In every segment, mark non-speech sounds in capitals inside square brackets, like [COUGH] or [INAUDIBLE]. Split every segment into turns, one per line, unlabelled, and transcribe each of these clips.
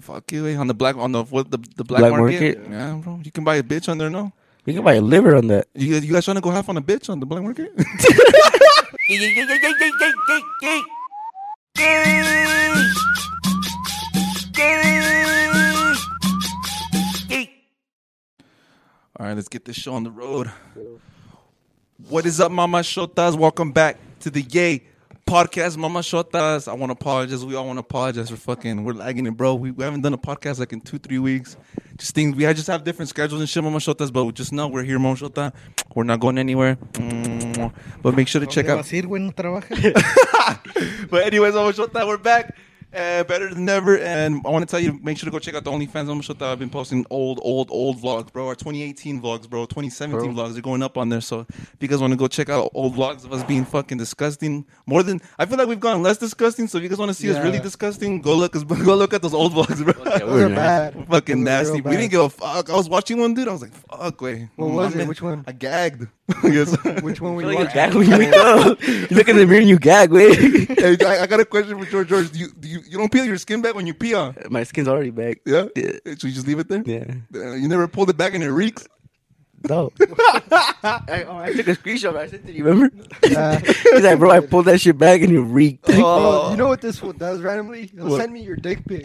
Fuck you, eh? on the black on the what the, the black,
Black
market.
market?
Yeah, bro, you can buy a bitch on there now.
You can buy a liver on that.
You, you guys trying to go half on a bitch on the black market? [LAUGHS] All right, let's get this show on the road. What is up, Mama Shotas? Welcome back to the Yay podcast, Mama Shotas. I want to apologize. We all want to apologize for fucking. We're lagging it, bro. We, we haven't done a podcast like in two, three weeks. Just things we I just have different schedules and shit, Mama Shotas. But just know we're here, Mama Shota. We're not going anywhere. But make sure to check
¿Dónde
out
vas a ir, güey?
[LAUGHS]
No trabaja.
but anyways, Mama Shota, we're back. Uh, better than ever. And I want to tell you, make sure to go check out the OnlyFans Mama Shota. I've been posting old, old, old vlogs, bro. Our 2018 vlogs, bro. 2017 vlogs they are going up on there. So if you guys want to go check out old vlogs of us being fucking disgusting, more than I feel like we've gone less disgusting. So if you guys want to see us really
Yeah.
disgusting, go look, us- [LAUGHS] go look at those old vlogs, bro. [LAUGHS]
Those are bad.
fucking
Those
nasty.
are real
We
bad.
didn't give a fuck. I was watching one dude. I was like, fuck, wait.
What
My
was it?
man-
Which one?
I gagged. [LAUGHS] Yes.
Which one were
You
you
like
watching?
you gag when you wake up. You look in the mirror and you gag, wait.
[LAUGHS]
[LAUGHS]
Hey, I, I got a question for George. George, do you, do you you don't peel your skin back when you pee on?
My skin's already back.
Yeah.
Yeah.
Should we just leave it there?
Yeah.
Uh, you never pulled it back and it reeks.
No. I, oh, I took a screenshot. I sent it. You [LAUGHS] remember?
Yeah.
He's like, bro, I pulled that shit back and it reeked.
Bro, Oh, you know what this fool does randomly? He'll
What?
send me your dick
[LAUGHS]
pic.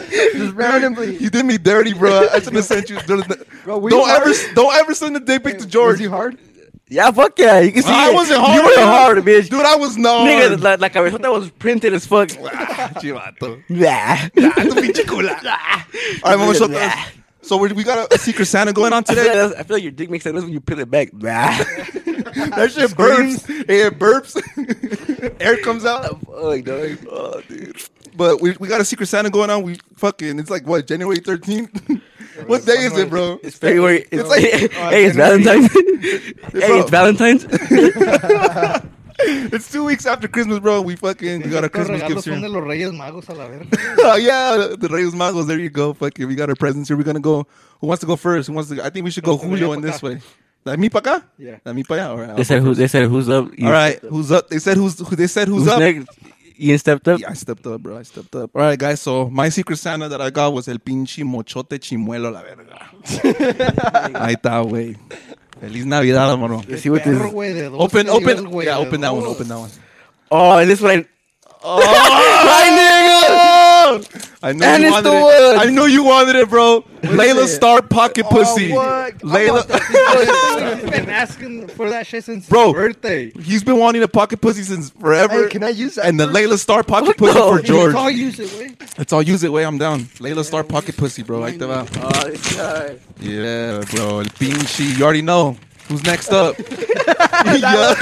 Just randomly.
You did me dirty, bro. I should have sent
[LAUGHS]
you. Don't
Bro, were you
don't ever,
[LAUGHS] hard?
don't ever send a dick pic to George.
Was he hard?
[LAUGHS] yeah, fuck yeah. You can see.
I
it.
wasn't hard.
You wasn't
bro.
hard, bitch.
Dude, I was not.
Nigga, like, like I thought that was printed as
[LAUGHS]
fuck.
Chivato.
Yeah. [LAUGHS]
All right, mama,
Nigga, ah.
shut
blah.
up. So we, we got a, a secret Santa going on
I feel, like [LAUGHS]
today.
that's- I feel like your dick makes sense when you peel it back. Nah. [LAUGHS]
that shit burps. Hey, It burps. [LAUGHS] Air comes out.
Fuck, dog.
Oh, dude. But we, we got a secret Santa going on. We fucking it's like what January thirteenth. [LAUGHS] what day is it, bro?
It's February. It's,
like- oh,
hey, it's Valentine's. hey,
[LAUGHS]
it's Valentine's.
[LAUGHS] It's two weeks after Christmas, bro. We fucking we got our
Los
Christmas
regalos
gifts
son
here.
de los Reyes Magos a la verga.
[LAUGHS] Oh yeah, the Reyes Magos. There you go. Fucking, we got our presents here. We're gonna go. Who wants to go first? Who wants to? Go? I think we should go
Los que
Julio
venía
in
pa'
this
acá.
way. La mi pa' acá?
Yeah.
La mi pa' allá. All right.
They said who's. They said who's up. You-
All right. Who's up? They said who's. Who, they said who's,
Who's
up?
next? Ian stepped up.
Yeah, I stepped up, bro. I stepped up. All right, guys. So my secret Santa that I got was el pinche mochote chimuelo, la
[LAUGHS]
verga. Ahí está, güey. Feliz Navidad, hermano.
Let's see what this.
Perro, güey, de dos
Open,
que dio el
open.
güey,
Yeah,
de
open that one.
dos.
Open that one.
Oh, and this one. [LAUGHS]
My nigga! I know
And
you
it's
wanted
the
it.
wood.
I know you wanted it, bro. Layla
it? Oh,
Star pocket pussy.
what?
Layla,
He's been asking for that shit since
Bro.
his birthday.
he's been wanting a pocket pussy since forever.
Hey, can I use that?
and the Layla Star pocket
[LAUGHS] What
pussy
the-
for
Hey,
George.
I'll use it, güey.
Let's all use it. Way I'm down. Layla Star pocket pussy, bro. Like that.
Oh, this guy.
Yeah, bro. El pinche. You already know who's next
[LAUGHS]
up. [LAUGHS] yeah.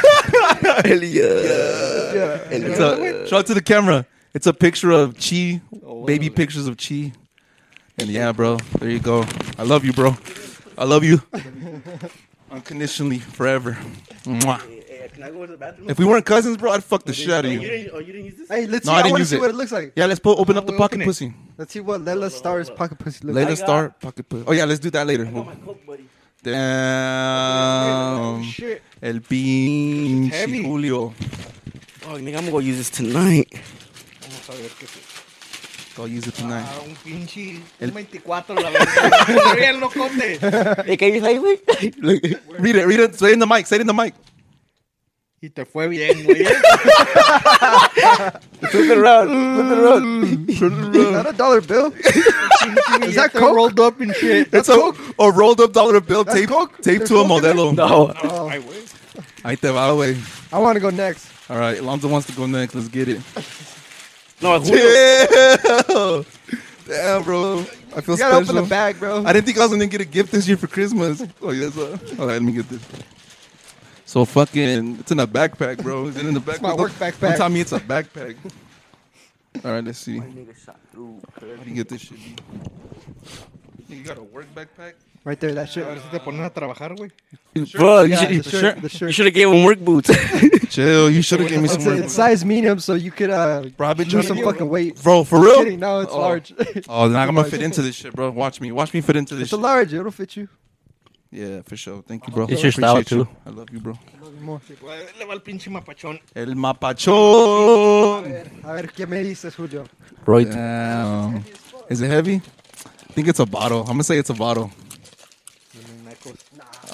Elia.
It's a, shout out to the camera. It's a picture of
Oh,
Chi, baby pictures of Chi. And yeah, bro, there you go. I love you, bro. I love
[LAUGHS]
you unconditionally forever. Mwah.
Can I go to the bathroom?
If we weren't cousins, bro, I'd fuck the shit out of you.
didn't, oh, you didn't use this?
Hey, let's
No,
see.
I
I,
didn't
want to
use
see
it.
what it looks like.
Yeah, let's po- open up the
We're
pocket
opening.
pussy.
Let's see what Lela Star's pocket pussy looks
Let
like.
us start pocket pussy. Oh yeah, let's do that later.
Coke, buddy.
Damn. um,
Oh, shit.
El pinche
Heavy.
Julio.
Oh, nigga, I'm gonna go use
[LAUGHS]
this tonight.
Vamos a ver qué es.
Go use it tonight.
Ah, un pinche. Un 24, la verdad. Soy el locote.
Hey, can you say it?
Look, [LAUGHS] read it, read it. Say it in the mic. Say it in the
[LAUGHS]
mic.
Y te fue bien, güey.
Flip it around. Flip it
Mm.
around.
Not a dollar [LAUGHS] bill. Is that coke? rolled up and shit?
It's a, a rolled up dollar bill taped, taped to a modelo.
No.
Oh, Ahí te va, güey.
I want to go next.
All right, Alonzo wants to go next. Let's get it.
No, who?
Damn, Damn bro. I feel
You gotta
special.
open the bag, bro.
I didn't think I was gonna get a gift this year for Christmas. Oh, yes. Uh, all right, let me get this. So fucking, it's in a backpack, bro. Is it in the backpack?
my work
Don't-
backpack.
Don't tell me it's a backpack. All right, let's see. How
Nigga shot through.
do you get this shit? dude? You got a work backpack?
Right there, that shit. Ahora sí te ponen a trabajar, güey.
Bro, you
Yeah,
should,
the
you
shirt,
The shirt.
should have gave him work
[LAUGHS]
boots. [LAUGHS]
Chill. You should have given me some
It's, a,
work.
it's size medium, so you could uh,
Bro, I've been trying
lose
to
some
get-
fucking weight. [LAUGHS]
Bro, for real?
Kidding, no, it's
Oh.
large.
[LAUGHS]
Oh, then I'm gonna fit into this shit, bro. Watch me, watch me fit into this.
it's a
shit.
large. It'll fit you.
Yeah, for sure. Thank you, bro.
It's your style,
Appreciate you.
too.
I love you, bro.
More.
Le va el pinche mapachón.
El mapachón.
A ver, ¿qué me dices, Julio?
Right.
Damn. Is it heavy? I think it's a bottle. I'm gonna say it's a bottle.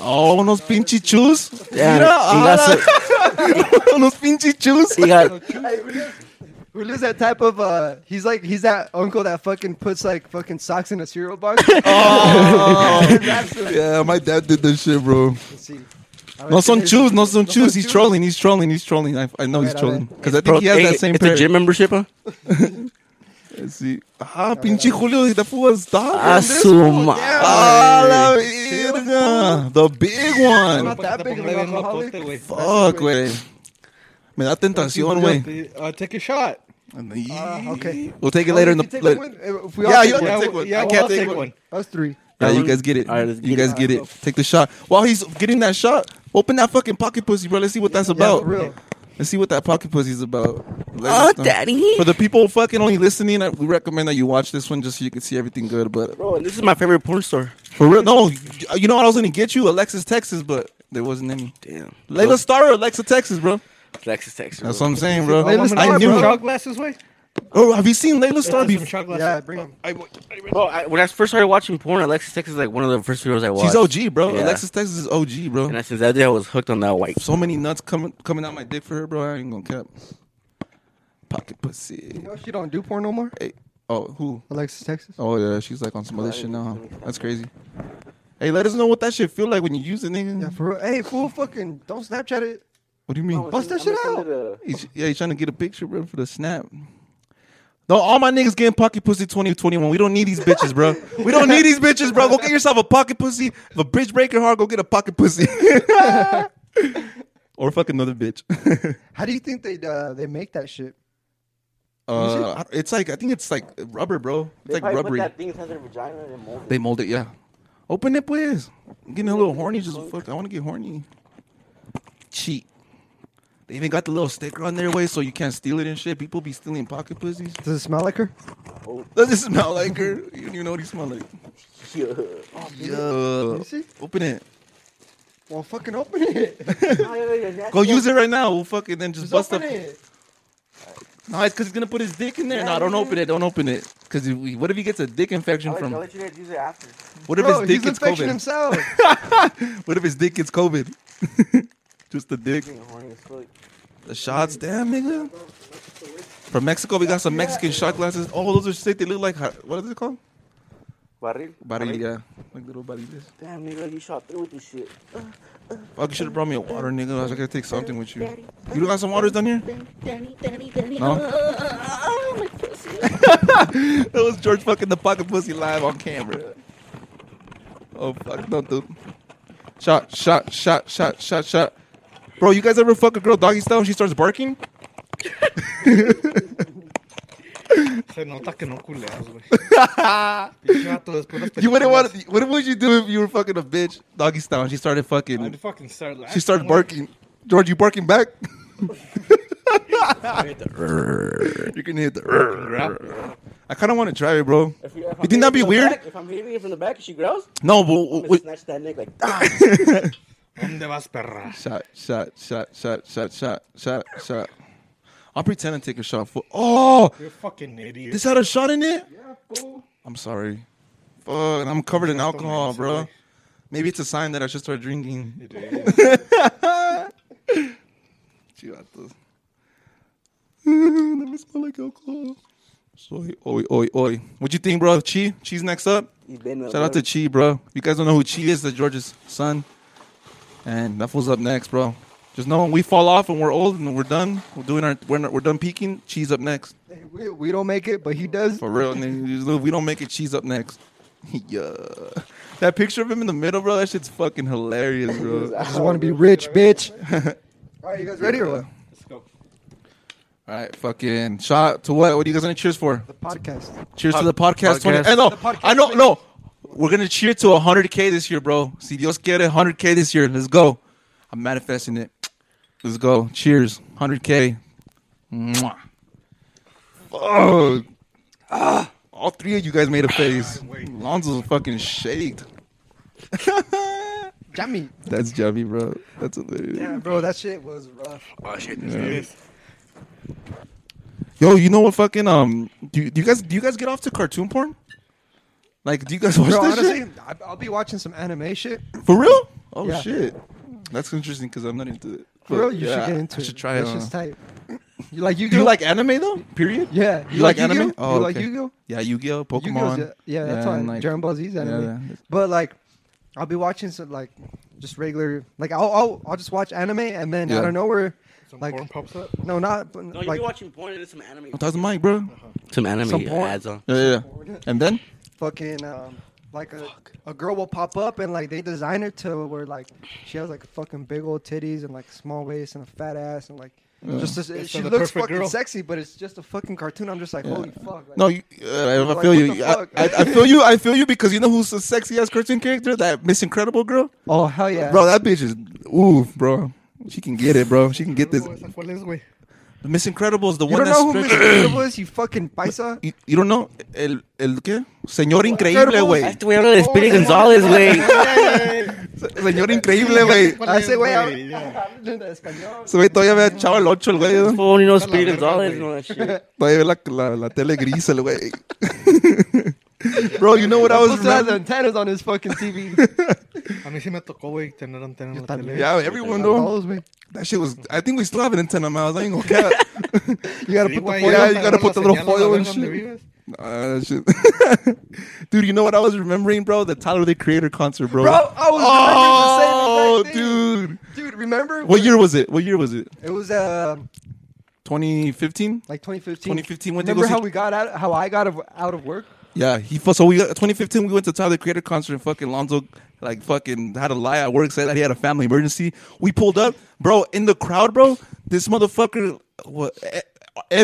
Oh, unos pinche chus. [LAUGHS]
Yeah,
Mira,
he got
ahora. unos pinche chus.
He got
[LAUGHS] Who lives that type of? uh He's like he's that uncle that fucking puts like fucking socks in a cereal box.
[LAUGHS] Yeah, my dad did this shit, bro. No
No
son chus, no son chus. He's trolling, he's trolling, he's trolling. I, I know he's
Alright,
trolling. Because I
bro,
think he has
hey,
that same
It's a
pair.
gym membership, huh?
Sí. Ah, pinche Julio, the fool was dog.
Ah, su ma-
Ah, la verga. The big one.
Not that big of an alcoholic.
Fuck, güey. Me da tentación, güey.
Uh, take a shot.
Ah, Uh, okay.
We'll take it later in the.
If you take
later-
one, if we all
Yeah,
take
you
one,
can
one.
take one.
Yeah,
I
we'll
can't
all
take
take
one.
one.
us three.
Yeah, you guys get it.
All right, let's
You
get
guys
it.
get it. Take the shot. While he's getting that shot, open that fucking pocket pussy, bro. Let's see what that's
Yeah,
about.
for real.
Let's see what that pocket pussy's about.
Oh,
Ladies, um,
daddy.
For the people fucking only listening, I, we recommend that you watch this one just so you can see everything good. But
Bro, this is my favorite porn store.
for real, no, you know what I was gonna get you, Alexis Texas, but there wasn't any.
Damn.
Layla Star or Alexa Texas, bro.
Texas, Texas.
That's what I'm saying, bro.
Layla
I
Starr,
knew.
bro.
Shot glasses, way.
Oh, have you seen Layla Star
Some
before?
shot glasses.
Yeah, bring him.
Bro, I, when I first started watching porn, Alexis Texas is like one of the first videos I watched.
She's OG, bro.
Yeah.
Alexis Texas is OG, bro.
And I, since that day, I was hooked on that white.
so many nuts coming coming out my dick for her, bro. I ain't gonna cap. Pocket pussy.
You know she don't do porn no more.
Hey, oh, who?
Alexis Texas.
Oh yeah, she's like on some other shit now. huh? That's crazy. Hey, let us know what that shit feel like when you use it, nigga.
Yeah, for real. Hey, fool, fucking don't Snapchat it.
What do you mean?
Bust that shit out.
He's, yeah, he's trying to get a picture, bro, for the snap. No, all my niggas getting pocket pussy 2021. We don't need these bitches, bro. We don't need these bitches, bro. Go get yourself a pocket pussy. If a bitch break your heart, go get a pocket pussy. [LAUGHS] or fuck another bitch. [LAUGHS]
How do you think they uh, they make that shit?
Uh, I- it's like I think it's like rubber, bro. It's like rubbery.
thing inside their vagina and mold
They mold it, yeah. Open it, please. I'm getting a little horny. Just fuck. I want to get horny. Cheat. They even got the little sticker on their way so you can't steal it and shit. People be stealing pocket pussies. [LAUGHS]
Does it smell like her?
Does it smell like her? You don't even know what he
[LAUGHS]
smell like. Yeah.
You see?
Open it.
Well, fucking open
[LAUGHS]
it.
Go use it right now. We'll fucking then just
Just
bust up.
open it.
No, it's because he's gonna put his dick in there. no, don't open it. Don't open it. Because what if he gets a dick infection from?
you guys use it after.
What if
Bro,
his dick gets
he's infection
COVID? [LAUGHS]
himself.
What if his dick gets COVID? [LAUGHS] Just the dick. The shots, damn nigga. From Mexico, we got some Mexican shot glasses. Oh, those are sick. They look like ha- what is it called?
Barril?
Barilla, yeah. like little barriles.
Damn, nigga, you shot through with this shit.
Fuck, you should have brought me a water, nigga. I was gonna take something with you. You don't got some waters down here? [LAUGHS]
Danny, Danny, Danny.
No.
[LAUGHS] Oh, my pussy.
That was George fucking the pocket pussy live on camera. Oh fuck, no, dude. Shot, shot, shot, shot, shot, shot. Bro, you guys ever fuck a girl doggy style and she starts barking?
Se nota que no culeas, güey. Pinche vato, después las
You wouldn't want.
películas-
To, what would you do if you were fucking a bitch doggy style and she started fucking?
I'd fucking start laughing.
She started
güey.
barking. George, you barking back? [LAUGHS] you can hit the. I kind of want to try it, bro.
You
You think that'd be weird?
If I'm hitting it from the back and she growls,
No, but
I'm
wait.
snatch that neck like,
¿Dónde vas, perra?
shot, shot, shot, shot, shot, shot, shot, shot. I'll pretend to take a shot for. Oh,
You're a fucking idiot.
this had a shot in it. I'm sorry. Fuck, and I'm covered in alcohol, bro. Maybe it's a sign that I should start drinking.
It is.
Chivatos. [LAUGHS] that must smell like alcohol. Soy, oi, oi, oi. What you think, bro? Chi? Chi's next up?
You've been
Shout out to Chi, bro. You guys don't know who Chi is, the George's son. And that fool's up next, bro. Just know when we fall off and we're old and we're done, we're doing our, we're, not- we're done peaking, Chi's up next.
we, we don't make it, but he does.
For real, nigga. Just know If we don't make it, Chi's up next. [LAUGHS] yeah. That picture of him in the middle, bro, that shit's fucking hilarious,
[LAUGHS]
bro.
I just want to be rich,
[LAUGHS]
bitch. All right, you guys ready or what?
Let's go.
All right, fucking shot to what? What are you guys gonna cheers for?
The podcast.
Cheers to the podcast. 20.
podcast.
Hey, no,
The podcast
I know.
makes-
No, we're gonna cheer to 100k this year, bro. Si Dios quiere, 100k this year. Let's go. I'm manifesting it. Let's go. Cheers, 100k. Mwah. Oh, ah, all three of you guys made a
[LAUGHS]
face. Lonzo's fucking shaked.
Jammy.
That's Javi, bro. That's hilarious.
Yeah, bro, that shit was rough.
Oh, shit.
It is.
Yo, you know what? Fucking um, do, do you guys do you guys get off to cartoon porn? Like, do you guys watch
Bro,
that
honestly,
shit
I- I'll be watching some anime shit.
for real? Oh
Yeah.
shit, that's interesting because I'm not into it.
For
But,
real, you
yeah,
should get into
I
it.
should try
That's
it.
just
uh,
tight. You like
Do
Yu-Gi-Oh?
[LAUGHS] you like anime though? Period.
Yeah.
You, like, anime? Oh,
Yu-Gi-Oh? you like
okay.
Yu-Gi-Oh?
Yeah, Yu-Gi-Oh,
Yu-Gi-Oh's
Pokemon.
the- Yeah, that's why
and, like,
Dragon Ball Z's anime.
yeah.
But like, I'll be watching some like just regular like I'll I'll, I'll just watch anime and then
Yeah.
out of nowhere
Some
like
porn pops up.
no not but,
No, you
like
be watching porn and there's some anime.
I'm talking Mike,
[LAUGHS]
bro.
Some anime
Some porn?
ads on.
Yeah, yeah. yeah. And then
fucking um like a, a girl will pop up and like they design her to where like she has like fucking big old titties and like small waist and a fat ass and like. Just this,
It's
she
the
looks
perfect
fucking
girl.
sexy, but it's just a fucking cartoon. I'm just like, holy fuck! Like,
no, you, uh, I
Like,
feel
what
you.
the
I,
fuck?
I, I feel you. I feel you because you know who's a sexy ass cartoon character? That Miss Incredible girl,
Oh hell yeah,
bro. That bitch is ooh, bro. She can get it, bro. She can get this.
Oh, esa cuál es, güey?
The Miss Incredible is the
You
one
don't know who
that's
Mr. Incredible is? You fucking paisa.
[LAUGHS]
you, you don't know el el qué? Señor increíble, güey.
Este güey habla de Speedy
Oh,
González, güey. [LAUGHS]
Señor increíble, güey.
¿Cuál
Ah,
es,
ese güey habla-
ya.
Se ve todavía ve a Chavo el 8, el güey. ¿no?
Fool, you know
Está la
Speedy
verga,
González
güey.
and all that shit.
Todavía ve la, la, la tele gris, el güey. Bro, you know what I
I
was
was [LAUGHS] had the
remembering?
antennas on his fucking TV.
A mí sí me tocó, güey, tener antena en la
también.
tele.
Yeah, everyone though.
Those, man.
That shit was. I think we still have an antenna miles. I ain't gonna cap.
You gotta
Sí,
put the
güey,
foil
yeah,
ya
you
para
gotta
ver
put the
la
little
señal a la
foil
verga
and
donde
shit.
vives.
[LAUGHS] Nah, that shit. [LAUGHS] dude, you know what I was remembering, bro? The Tyler the Creator concert, bro.
Bro, I was
oh,
oh, dude.
dude.
Dude, remember?
What year was it? What year was it?
It was uh,
2015.
like 2015.
2015 went to go
Remember how
see-
we got out? How I got av- out of work?
Yeah, he fu- so we got 2015 we went to Tyler the Creator concert and fucking Lonzo like fucking had a lie at work said that he had a family emergency. We pulled up, bro, in the crowd, bro. This motherfucker what eh,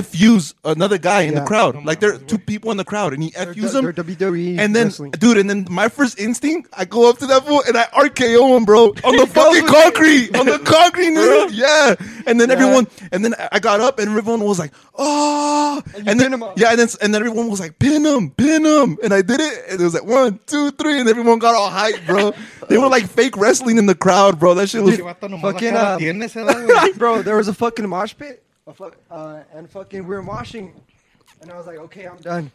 FU's another guy in the
Yeah.
crowd. Like there are two people in the crowd and he FU's
they're
them.
WWE
and then
E wrestling.
dude, and then my first instinct, I go up to that fool and I RKO him, bro, on the [LAUGHS] fucking
with
concrete, on the concrete, dude. Yeah. And then
Yeah.
everyone and then I- I got up and everyone was like, "Oh."
And you
then
pin him up.
yeah, and then and then everyone was like, pin him, pin him. And I did it. And it was like one, two, three, and everyone got all hyped,
[LAUGHS]
bro. they were like fake wrestling in the crowd, bro. That shit was
Ese vato nomás la
Fucking,
cara
uh,
tiene esa edad, güey.
[LAUGHS] Bro, there was a fucking mosh pit, a fuck, uh, and fucking we were moshing, and I was like, okay, I'm done.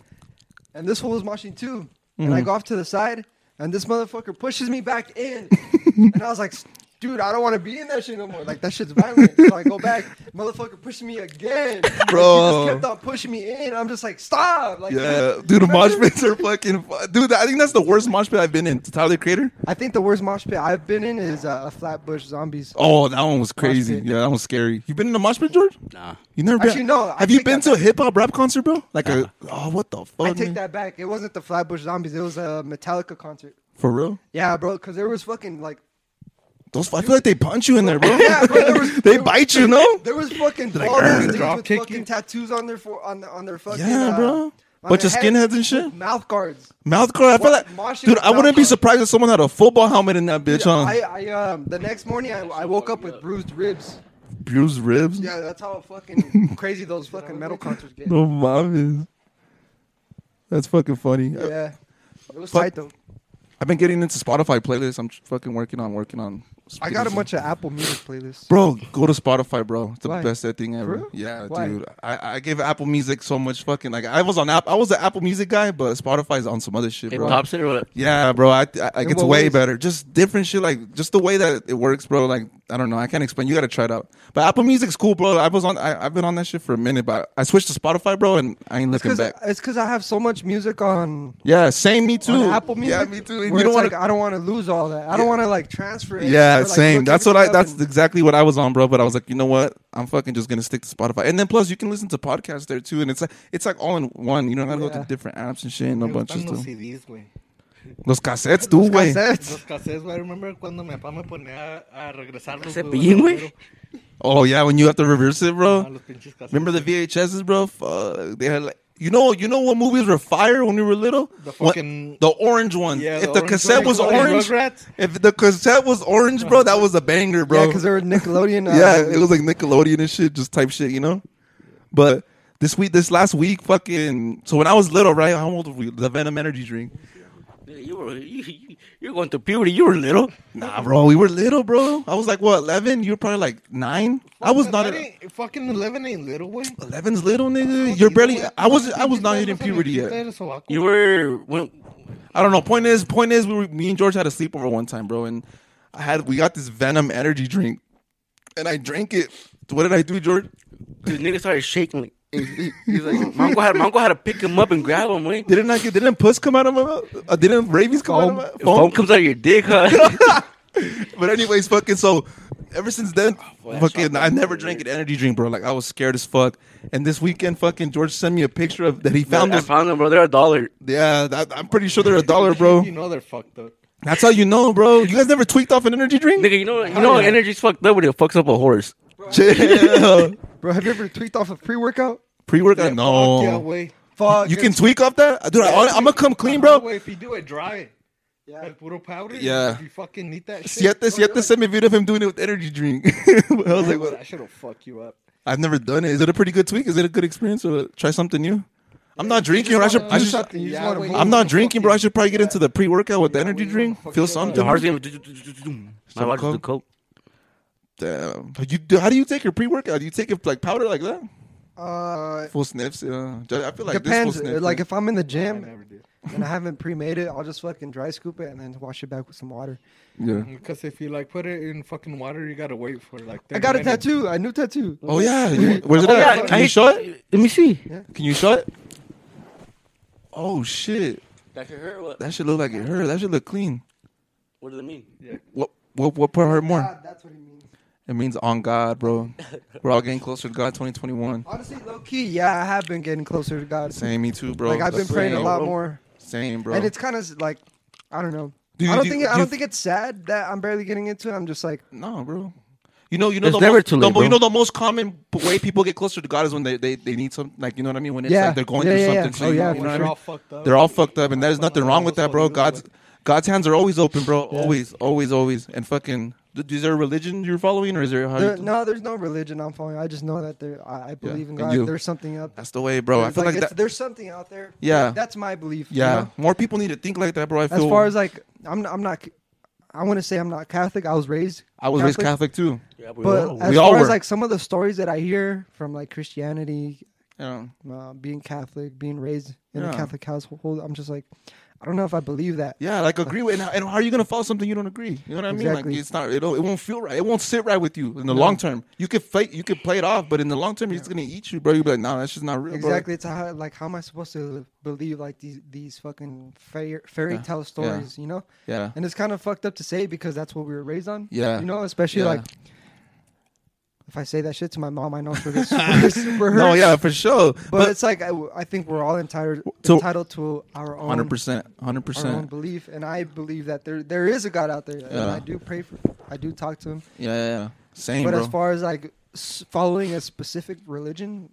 And this fool was moshing too, and
Mm-hmm.
I go off to the side, and this motherfucker pushes me
[LAUGHS]
back in, and I was like. Dude, I don't want to be in that shit no more. Like that shit's violent. So I go back. Motherfucker pushed me again.
Bro.
like, he just kept on pushing me in. I'm just like, stop. Like,
yeah, dude. The mosh pits are fucking fu- dude. I think that's the worst mosh pit I've been in. Tyler the Creator.
I think the worst mosh pit I've been in is uh, a Flatbush Zombies.
Oh, that one was crazy.
pit.
Yeah, that one was scary. You been in a mosh pit, George?
Nah.
You never been?
Actually, no, I
Have you
take
been
that
to a hip hop rap concert, bro? Like a oh, what the fuck?
I take
man?
that back. It wasn't the Flatbush Zombies. It was a Metallica concert.
for real.
Yeah, bro, because there was fucking like
Those I feel like they punch you in there, bro.
[LAUGHS] Yeah, bro, there
[LAUGHS]
was-
they bite you, no?
there was fucking
[CLEARS THROAT]
all these dudes
drop
with
kick
fucking
you.
tattoos on their for on the, on their fucking
Yeah,
uh,
bro.
on
Bunch
their
of
heads
skinheads and shit?
with mouth guards.
Mouth guard. I feel
Wa-
like,
moshing
dude,
with
I wouldn't be
mouth guard.
surprised if someone had a football helmet in that bitch, huh?
I, I um the next morning I, I woke up with bruised ribs.
bruised ribs.
Yeah, that's how
[LAUGHS]
fucking crazy those fucking metal concerts get.
No mames. That's fucking funny. I,
Yeah, it was
Fuck.
tight though.
have been getting into Spotify playlists. I'm tr- fucking working on working on.
I got a
Spotify.
bunch of Apple Music playlists.
Bro, go to Spotify, bro. It's the
Why?
best thing ever.
real?
Yeah,
Why?
dude. I, I gave Apple Music so much fucking like I was on app. I was an Apple Music guy, but Spotify's on some other shit,
[LAUGHS] It
bro.
pops it or what?
Yeah, bro. I, I like
In
it's
what
way
ways?
better. Just different shit, like just the way that it works, bro. Like I don't know. I can't explain. You gotta try it out. But Apple Music's cool, bro. I was on. I, I've been on that shit for a minute, but I switched to Spotify, bro, and I ain't looking
Because
back.
it's because I have so much music on
yeah, same. Me too.
on Apple Music.
Yeah, me too.
where
And you
it's
don't want
like, I don't want to lose all that. I don't want to like transfer. It
Yeah,
or, like,
same.
look
That's what I.
everything up
That's
and-
exactly what I was on, bro. But I was like, you know what? I'm fucking just gonna stick to Spotify. And then plus, you can listen to podcasts there too. And it's like it's like all in one. You don't gotta go
Yeah.
to different apps and shit and
Me
a bunch of
gustan los
stuff.
CDs, güey.
Los cassettes, dude.
[LAUGHS]
güey.
cassettes.
Los cassettes, güey. I remember cuando mi papá me ponía a, a regresarlos.
Cepillín, güey.
primero.
Oh yeah, when you have to reverse it,
Ah,
bro.
los pinches cassettes.
Remember the VHSs, bro? Fuck, they had like. You know, you know what movies were fire when we were little?
The
What-
fucking-
the orange one.
Yeah,
if
the
the
orange
cassette
one.
was
Like
orange,
Rugrats.
if the cassette was orange, bro, that was a banger, bro.
Yeah, because they were Nickelodeon.
[LAUGHS]
Uh, [LAUGHS]
yeah, it was like Nickelodeon and shit, just type shit, you know. But this week, this last week, fucking. So when I was little, right? How old were we? The Venom energy drink.
Nigga, You were you, you- you were going through puberty. You were little.
Nah, bro, we were little, bro. I was like what, eleven? You were probably like nine. I was not.
That ain't- Oh, fucking 11 ain't little, güey.
11's little, nigga. You're barely. I was. I was not hitting
Pinches
puberty yet.
pinches sobaco.
You were when
I don't know. Point is, point is, we were, me and George had a sleepover one time, bro, and I had we got this Venom energy drink, and I drank it. What did I do, George?
this nigga started shaking. Like, he- he's like, my uncle had my uncle had to pick him up and grab him. Wait,
Didn't I get? Didn't puss come out of my mouth? Uh, didn't rabies come out of my mouth?
foam
Foam?
comes out of your dick, [LAUGHS] huh?
But anyways, fucking so. Ever since then,
Oh, boy, that
fucking,
shotgun
I never
was
drank an energy drink, bro. Like I was scared as fuck. And this weekend, fucking George sent me a picture of that he found.
I
This,
found them, bro. They're a dollar.
yeah, that, I'm pretty sure they're a dollar, bro.
You know they're fucked up.
That's how you know, bro. You guys never tweaked off an energy drink?
Nigga, you know, you know, energy's fucked up when it fucks up a horse.
Chill. [LAUGHS]
Bro, have you ever tweaked off a pre workout?
Pre-workout?
Fuck yeah,
No.
güey.
Fuck.
You can tweak off that? Dude, I, am going to come clean, bro.
Güey, if you do it dry,
Yeah.
el puro powder.
Yeah.
If you fucking need that shit.
Siete, siete sent me a video of him doing it with energy drink. [LAUGHS] I was like, what?
That shit'll fuck you up.
I've never done it. Is it a pretty good tweak? Is it a good experience? Or try something new? I'm not drinking, or I should. I
do
should
something. You just
Yeah,
want
wait.
to move.
I'm
[LAUGHS]
not drinking, bro. I should probably get into the pre-workout with the energy drink. Feel
The
something.
horse gonna my watch the coke.
Damn. You do- how do you take your pre-workout? Do you take it like powder like that?
Uh,
Full sniffs. Yeah. I feel like this full
depends. uh,
sniff.
Like if I'm in the
I
gym
never did.
and I haven't pre-made it, I'll just fucking dry scoop it and then wash it back with some water.
yeah.
Because if you like put it in fucking water, you gotta wait for like.
I got a
30 minutes.
tattoo. A new tattoo.
Oh yeah.
[LAUGHS]
You- Where's it
Oh,
at?
yeah,
Can
I-
you show it?
Let me see.
Can you show it? Oh shit!
That could hurt. What?
That should look like it hurt. That should look clean.
What does it mean?
What what what part hurt more?
God, that's what he means.
It means on God, bro. We're all getting closer to God, 2021.
Honestly, low key, yeah, I have been getting closer to God.
Same, me too, bro.
like I've been praying a
Same,
lot
bro.
more,
Same, bro.
and it's kind of like, I don't know.
Do you-
I don't
do you-
think
do
I
you-
don't think it's sad that I'm barely getting into it. I'm just like,
no, bro. You know, you know,
It's
the
never
most,
too
the,
late,
mo- you
bro.
know, the most common p- way people get closer to God is when they, they, they need some, like, you know what I mean? When it's
Yeah.
like they're going
Yeah,
through
yeah, yeah.
something. So
Oh,
you,
yeah,
you know
for
what I
They're
mean?
all fucked up.
They're all fucked up, and there's nothing wrong with that, bro. God's God's hands are always open, bro. Always, always, always. And fucking, th- is there a religion you're following, or is there? How you
there,
do-
no, there's no religion I'm following. I just know that there, I, I believe
and
in God.
you.
There's something up.
That's the way, bro. I
There's,
feel
like,
like,
it's-
that.
there's something out there.
Yeah.
that's my belief. you
Yeah,
know?
more people need to think like that, bro. I feel.
As far as like, I'm I'm not. I want to say I'm not Catholic. I was raised.
I was raised Catholic too.
Yeah,
But
were.
as
We all
far as
were.
like some of the stories that I hear from like Christianity,
Yeah.
uh, being Catholic, being raised in
Yeah.
a Catholic household, I'm just like, I don't know if I believe that.
Yeah, like agree with, and and how are you gonna follow something you don't agree? You know what I mean?
Exactly.
Like it's not, it'll, it won't feel right. It won't sit right with you in the long term. You could play, you could play it off, but in the long term, it's gonna eat you, bro. You'll be like, nah, that's just not real. bro.
Exactly. It's how, like how am I supposed to believe like these these fucking fairy, fairy
Yeah.
tale stories, you know?
Yeah.
And it's kind of fucked up to say because that's what we were raised on.
Yeah.
You know, especially
Yeah.
like if I say that shit to my mom, I know
[LAUGHS]
she'll get super, super hurt.
No, yeah, for sure.
But,
But
it's like I, I think we're all entitled
So-
entitled to our own
hundred percent, hundred
our own
percent.
belief, and I believe that there there is a God out there, and
Yeah.
I do pray for, I do talk to Him.
Yeah, yeah, yeah. Same,
But
bro.
as far as like s- following a specific religion,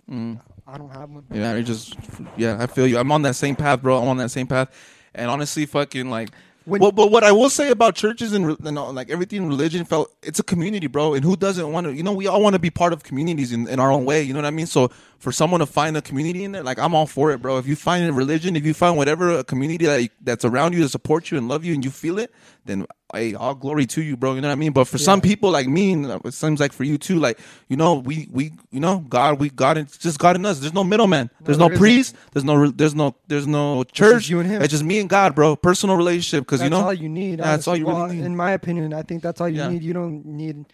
I don't have one.
Mm. Yeah, I just yeah, I feel you. I'm on that same path, bro. I'm on that same path, and honestly, fucking like.
When-
well, but what I will say about churches and, re- and all, like everything in religion felt it's a community, bro. And who doesn't want to? You know, we all want to be part of communities in, in our own way. You know what I mean? So for someone to find a community in there, like I'm all for it, bro. If you find a religion, if you find whatever a community that you, that's around you to support you and love you, and you feel it, then hey, all glory to you, bro. You know what I mean? But for some people like me, and uh, it seems like for you too, like you know, we we you know, God, we God, it's just God in us. There's no middleman. There's no
there isn't.
priest. There's no re- there's no there's no church.
you and him.
It's just me and God, bro. Personal relationship, because
That's
you know,
all you need.
Yeah, that's all you
honestly.
really
Well,
need.
In my opinion, I think that's all you
Yeah.
need. You don't need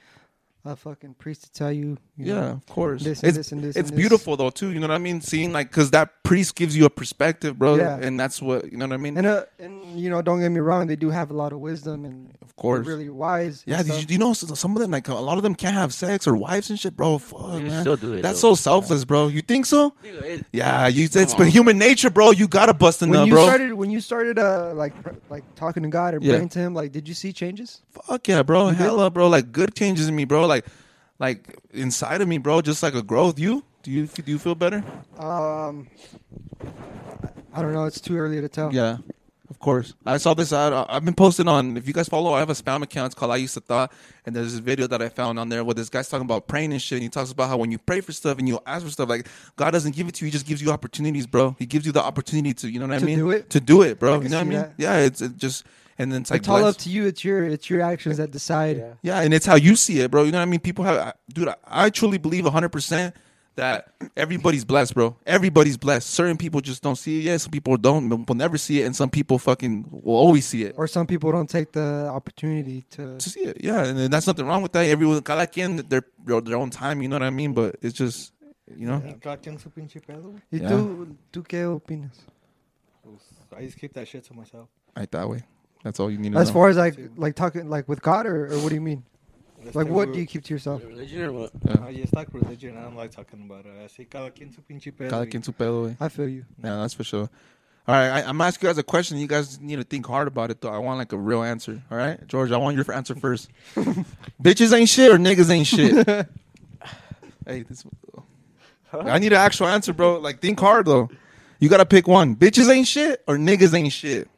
a fucking priest to tell you. you know,
Yeah, of course.
This and
it's
this and this.
it's
and this.
beautiful though too. You know what I mean? Seeing like because that priest gives you a perspective, bro.
Yeah.
And that's what you know what I mean.
And uh, and you know, don't get me wrong, they do have a lot of wisdom and
of course.
really wise. and
yeah, did
stuff.
you, do you know s- some of them like a lot of them can't have sex or wives and shit, bro? Fuck,
They
man.
still do it,
That's
though.
so selfless, bro. You think so?
Nigga, it-
Yeah, you. It's been human nature, bro. You gotta bust a
when
nut,
you
bro.
started when you started uh like pr- like talking to God or
Yeah.
praying to Him, like did you see changes?
Fuck yeah, bro. Hella, bro. Like good changes in me, bro. Like, like inside of me, bro. Just like a growth. You do you do you feel better?
Um, I don't know. It's too early to tell.
Yeah, of of course. I saw this ad. I- I've been posting on. If you guys follow, I have a spam account. It's called I Used to Thought. And there's this video that I found on there where this guy's talking about praying and shit. And he talks about how when you pray for stuff and you ask for stuff, like God doesn't give it to you. He just gives you opportunities, bro. He gives you the opportunity to, you know what I
To
mean?
do it?
To do it, bro. you
can
know what I
see
mean?
that.
Yeah. It's it just and then it's like
It's all
bless-
up to you. It's your it's your actions that decide.
yeah, and it's how you see it, bro. You know what I mean? People have, I- dude. I, I truly believe 100 percent that everybody's blessed, bro. Everybody's blessed. Certain people just don't see it. Yeah, some people don't. Will never see it, and some people fucking will always see it.
Or some people don't take the opportunity to.
To see it, yeah, and then that's nothing wrong with that. Everyone, cada quien, their their own time. You know what I mean? But it's just, you know,
Cada quien su pinche pedo, güey.
¿Y
Yeah.
tú, tú qué opinas?
Pues, I just keep that shit to myself.
right that way. That's all you need. To
As
know.
far as like like talking like with God or, or what do you mean? Like what do you keep to yourself?
Religion or what?
I just like religion. I don't like talking about it. I say cada quien su pinche pedo.
cada
y-
quien su pedo, güey.
I feel you.
Yeah, that's for sure. All right, I, I'm gonna ask you guys a question. You guys need to think hard about it, though. I want like a real answer. All right, George, I want your answer first. Bitches ain't shit or niggas ain't shit. hey, this. I need an actual answer, bro. Like, think hard though. You gotta pick one. Bitches ain't shit or niggas ain't shit.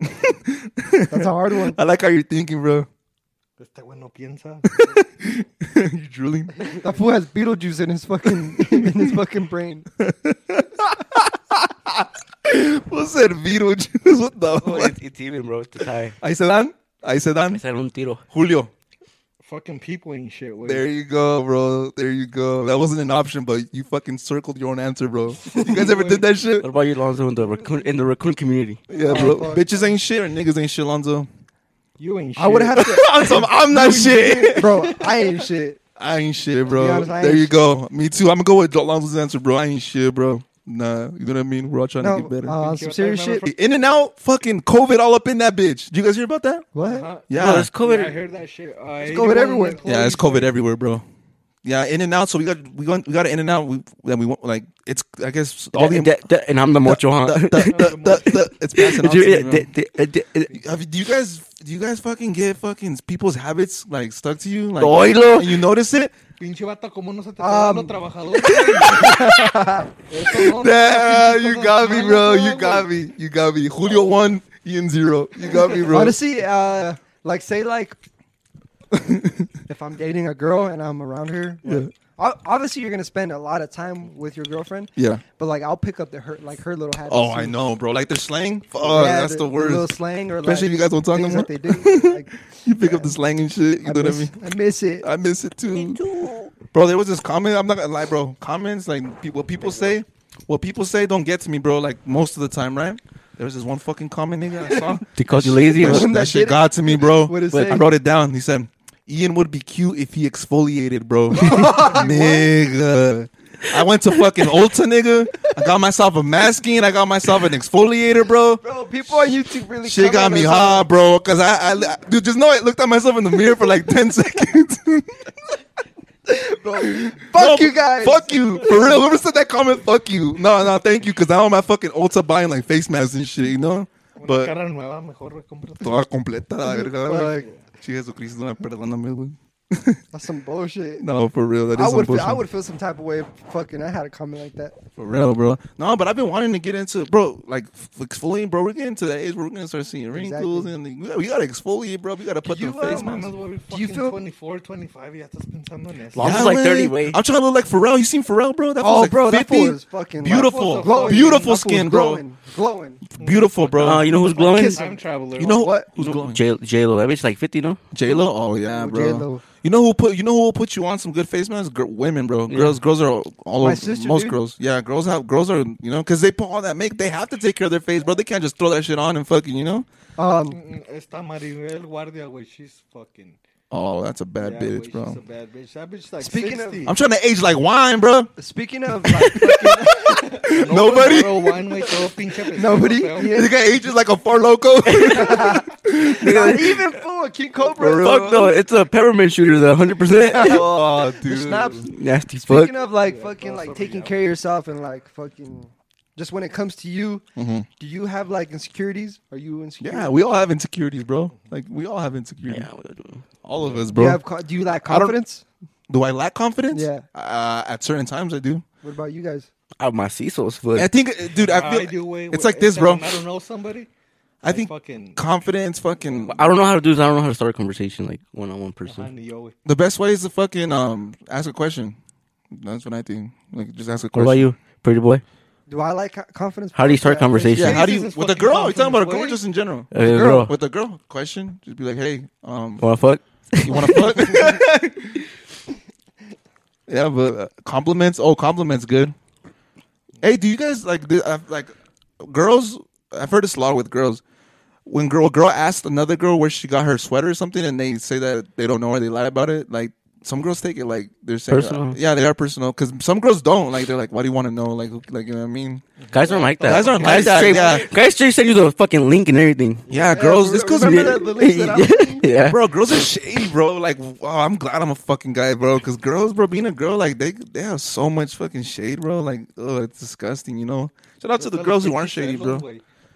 That's a hard one.
I like how you're thinking, bro. [LAUGHS]
Este güey no piensa.
you drooling.
That fool has Beetlejuice in his fucking [LAUGHS] in his fucking brain.
What's that Beetlejuice? [LAUGHS] What the?
Oh,
fuck?
it's, it's even, bro. It's a tie.
Ahí se dan. Ahí se
Me
dan.
sale un tiro.
Julio.
Fucking people ain't shit, güey.
There you go, bro. There you go. That wasn't an option, but you fucking circled your own answer, bro. You guys ever did that shit?
What about you, Lonzo, in the raccoon, in the raccoon community?
Yeah, bro. Bitches ain't shit or niggas ain't shit, Lonzo.
You ain't shit.
I would
[LAUGHS]
have to,
On some, [LAUGHS] I'm not shit.
bro. I ain't shit.
I ain't shit, bro.
honest, I
there
ain't
you
shit.
go. Me too. I'm gonna go with Lonzo's answer, bro. I ain't shit, bro. Nah, you know what I mean. We're all trying to
No,
get better.
uh,
Think
some
you're
serious
better
shit.
than
In and out, fucking COVID all up in that bitch. Did you guys hear about that?
What?
Ah,
Yeah.
No, it's COVID.
Yeah, I heard that shit. Uh, it's
COVID everywhere.
Yeah, it's COVID everywhere, bro. Yeah, in and out. So we got we got we got an in and out. We then we want like it's I guess all the,
Da- da- da- and I'm the mocho, huh? eh,
the,
[LAUGHS]
[LAUGHS] the, the, the, it's passing on
Dude,
to me,
yeah,
bro.
da- da- da- da-
Have, do you guys do you guys fucking get fucking people's habits like stuck to you? Like
Oilo.
and you notice [LAUGHS] it?
Pinche vato, ¿cómo no se te
Ah,
está dando
mm.
trabajador? Eso no, pinches cosas malas, güey.
me. You got me. Julio one, Ian zero. You got me,
Honestly, uh, like say like [LAUGHS] if I'm dating a girl and I'm around her, like, ob- obviously you're gonna spend a lot of time with your girlfriend.
Yeah.
But like I'll pick up the her like her little habits.
Oh, I
too.
know, bro. Like the slang. Fuck,
Yeah,
that's the,
Little
worst.
slang or
Especially if you
like,
guys don't talk no
things
more.
that they
[LAUGHS]
do. Like,
you pick up the slang and shit. You know
I,
what I
miss,
mean?
I miss it.
I miss it too. Bro, there was this comment. I'm not gonna lie, bro. Comments like pe- what people say, what people say don't get to me, bro. Like most of the time, right? There was this one fucking comment nigga I [LAUGHS] saw.
They called you lazy.
That,
bro.
sh- that shit got to me, bro.
What'd it
But
say?
I wrote it down. He said, Ian would be cute if he exfoliated,
[LAUGHS]
bro. nigga. I went to fucking Ulta, nigga. I got myself a masking. I got myself an exfoliator, bro.
Bro, people on YouTube really
Shit got me high, bro. Cause I, I, dude, just know I looked at myself in the mirror for like [LAUGHS] ten seconds.
[LAUGHS] Fuck
No,
you guys.
Fuck you. For real. Whoever said that comment, fuck you. No, no, thank you. Cause now I'm at fucking Ulta buying like face masks and shit, you know?
Una
But
cara nueva, mejor güey, cómprate.
toda completa, la verga. güey.
Like,
Sí, Jesucristo, no, perdóname, güey.
that's some bullshit.
No, for real. That is
I
some
would feel,
bullshit.
I would feel some type of way. If fucking, I had a comment like that.
For real, bro. No, but I've been wanting to get into, bro, like f- exfoliating, bro. We're getting to the age where we're going to start seeing wrinkles
Exactly.
and the, we- we got to exfoliate, bro. We got to put the
You,
face masks.
uh, mames, güey,
you
fucking
feel-
24, 25, ya estás pensando en eso.
Long- Lonzo's like
güey.
30, güey.
I'm trying to look like Pharrell. You seen Pharrell, bro? That
Oh,
was like
bro,
50.
that fool is fucking like-
beautiful,
glowing.
beautiful
That fool's
skin, bro.
Glowing, glowing.
Beautiful, bro.
Uh, you know who's glowing?
Kiss
Time traveler.
you know
what?
Who's going?
J J Lo. That bitch like 50, no?
J Lo. Oh yeah,
Ooh,
bro.
J-Lo.
You know who put? You know who will put you on some good face masks? Gir- women, bro. Girls, girls are all
My
over.
sister,
most
dude.
girls, yeah, girls have girls are you know because they put all that make. They have to take care of their face, bro. They can't just throw that shit on and fucking you know.
Um,
Mm, Está Maribel Guardia, güey. She's fucking.
Oh, that's a bad
yeah,
bitch,
güey,
bro.
She's a bad bitch. That bitch is like
Speaking of-
60.
I'm trying to age like wine, bro.
speaking
[LAUGHS]
of, like,
Nobody.
Pero Juan, güey, todo pinche pesado,
[LAUGHS]
Nobody?
feo.
Yeah.
The guy ages like a far loco.
not even fool King Cobra.
Fuck no, it's a peppermint shooter, though, 100%.
[LAUGHS] oh, dude.
Snaps.
Nasty fuck.
Speaking of like fucking
bro,
like
somebody
taking
else.
care of yourself and like fucking, just when it comes to you, do you have like insecurities? Are you insecure?
Mm-hmm. Yeah, we all have insecurities, bro. Like we all have insecurities.
Yeah, what are you doing?
All of us,
Do
bro.
you have co- do you lack
I don't-
confidence?
Do I lack confidence?
Yeah.
Uh, at certain times, I do.
What about you guys?
I'm macizos, but
I think, uh, dude, I feel
I do, way-
it's like this, bro.
when I don't know somebody.
I think
fucking-
confidence, fucking
I don't know how to do this. I don't know how to start a conversation like one on one person.
I'm the yo.
the best way is to fucking um ask a question. That's what I think. Like, just ask a
What
question.
about you, pretty boy?
Do I like co- confidence?
How do you start
Yeah,
conversation?
Yeah, how do
This
you
is
with a
fucking
girl? You talking about a
confidence,
girl
boy.
just in general?
Uh, girl.
with a girl question, just be like, hey, um,
Wanna fuck?
you want to fuck? [LAUGHS] yeah, but uh, compliments. Oh, compliments, good. Hey, do you guys like do, uh, like girls? I've heard this a lot with girls. When girl a girl asked another girl where she got her sweater or something, and they say that they don't know or they lie about it, like. Some girls take it like they're saying, uh,
Personal.
yeah, they are personal. Because some girls don't like they're like, why do you want to know? Like, who- like you know what I mean?
Guys don't like that.
Guys don't like that,
straight-
yeah.
Guys straight send you the fucking link and everything.
Yeah, girls. It's because
remember that
[LAUGHS]
Lily said I was
yeah.
bro, girls are shady, bro. Like, wow, I'm glad I'm a fucking guy, bro. Because girls, bro, being a girl, like they they have so much fucking shade, bro. Like, oh, it's disgusting, you know. Shout out to the girls who aren't shady, bro.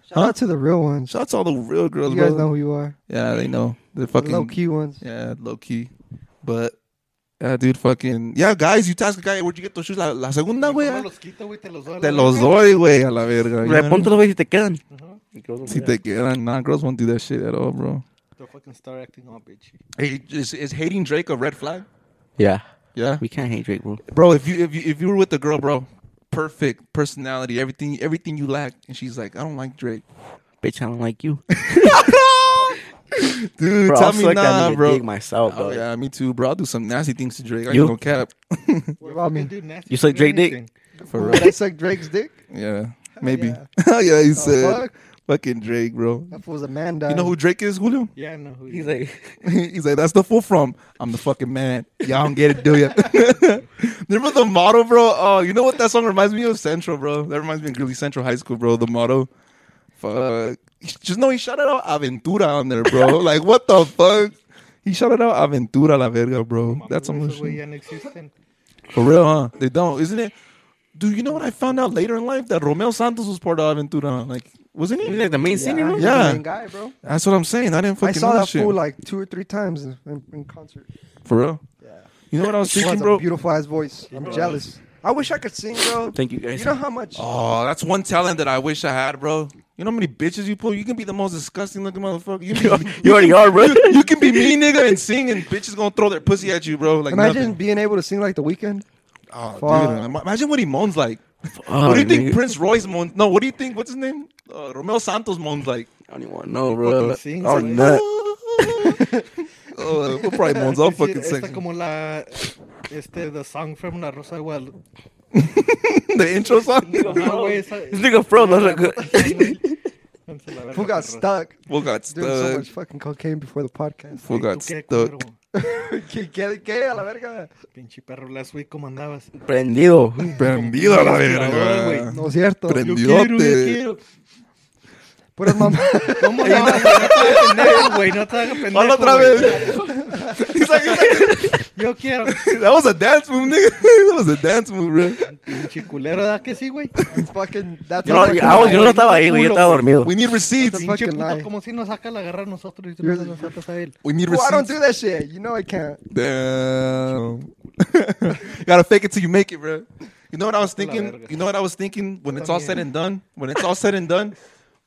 Shout out to the real ones.
Shout out to all the real girls,
You guys know
bro.
who you are.
Yeah, they know. They're
The
fucking
low key ones.
Yeah, low key, but. Yeah, dude, fucking. Yeah, guys, you ask a guy, where'd you get those shoes? La, la segunda, güey. ah. Te los doy, güey, a la verga. you
Like,
know?
ponte los güeyes y te quedan.
Si te quedan. Nah, girls won't do that shit at all, bro.
They'll fucking start acting all bitchy.
Hey, is, is hating Drake a red flag?
Yeah.
Yeah.
We can't hate Drake, bro.
bro. If you if you if you were with a girl, bro, perfect personality, everything everything you lack, and she's like, I don't like Drake, [LAUGHS]
Bitch, I don't like you.
dude.
Bro,
tell
I'll
me
suck that
nah,
nigga
bro.
dick myself,
Oh
bro.
yeah, me too, bro. I'll do some nasty things to Drake. I
You?
ain't gonna cap.
What about me?
You suck Drake dick?
For
Would
real.
I suck Drake's dick?
Yeah, maybe. [LAUGHS] Yeah, yeah he said,
fuck? Uh,
fucking Drake, bro.
That fool's a man dog.
You know who Drake is, Julio?
Yeah, I know who
He's
he's like.
[LAUGHS]
like,
He's like, that's the fool from. I'm the fucking man. Y'all don't get it, do ya? [LAUGHS] Remember the motto, bro? Oh, you know what that song reminds me of? Central, bro. That reminds me of Greeley Central High School, bro. The motto. Fuck. Just know he shouted out Aventura on there,
[LAUGHS]
bro. like, what the fuck? He shouted out Aventura la verga, bro. That's some
Esos güey
shit.
ya no existen.
For real, huh? They don't, isn't it? Dude, you know what I found out later in life? That Romeo Santos was part of Aventura. Like, wasn't
he's
he?
like the main singer, bro.
he's
Yeah.
the main guy, bro.
That's what I'm saying. I didn't
I
fucking
saw
know
that
shit.
fool like two or three times in, in, in concert.
For real?
Yeah,
You know what I was
he
thinking,
has
bro?
a beautiful ass voice. I'm jealous. I wish I could sing, bro.
Thank you, guys.
You know how much?
Oh, that's one talent that I wish I had, bro. You know how many bitches you pull? You can be the most disgusting looking motherfucker. You,
[LAUGHS]
can be,
you already are, bro.
you can be me, nigga, and sing, and bitches gonna throw their pussy at you, bro. Like
Imagine
nothing.
being able to sing like The Weeknd.
Oh, dude,
Fuck.
ima- imagine what he moans like.
Oh,
what do you think
nigga.
Prince Royce moans? No, what do you think? What's his name? Uh, Romeo Santos moans like.
I don't even want to know, bro.
Fucking sings,
Oh,
[LAUGHS]
man.
nut.
Oh, we'll probably
[LAUGHS]
moans all
Esta-
fucking
esta
section.
como la este the song from La Rosa
[LAUGHS]
de Guadalupe.
[LAUGHS] the intro
[LAUGHS]
song.
No,
[LAUGHS]
güey, esa-
This nigga froze. I was like,
[LAUGHS] Ándale, la
Who
verga, perro.
got stuck
Fool got
doing so
stuck.
much fucking cocaine before the podcast? [LAUGHS]
Fool
¿Tú
got
qué,
stuck.
culero?
¿Qué, qué, qué? A la verga.
Pinche perro, last week, ¿cómo andabas?
prendido.
Prendido a la
Respirador,
verga.
güey.
No es cierto.
Prendido.
Yo quiero, yo
Idiote.
quiero.
Puras mamá. [LAUGHS]
¿Cómo no? No te hagas pendejo, güey, no te hagas pendejo.
Hola otra
güey.
vez.
[LAUGHS]
He's like, he's like [LAUGHS]
Yo quiero.
That was a dance move, nigga. [LAUGHS] That was a dance move, bro.
Pinche culero, ¿da que sí,
[LAUGHS]
güey?
fucking. That's
Yo no,
fucking
I was- yo no estaba ahí, güey. Yo estaba dormido.
We need receipts.
That's a
Pinche
fucking
puto,
lie.
como si nos saca la garra a nosotros y tú
You're-
nos sacas a él.
We need
Well,
receipts.
I don't do that shit. You know I can't.
Damn. you [LAUGHS] gotta fake it till you make it, bro. You know what I was
la
thinking?
verga.
You know what I was thinking? When it's all said and done, when it's all said and done,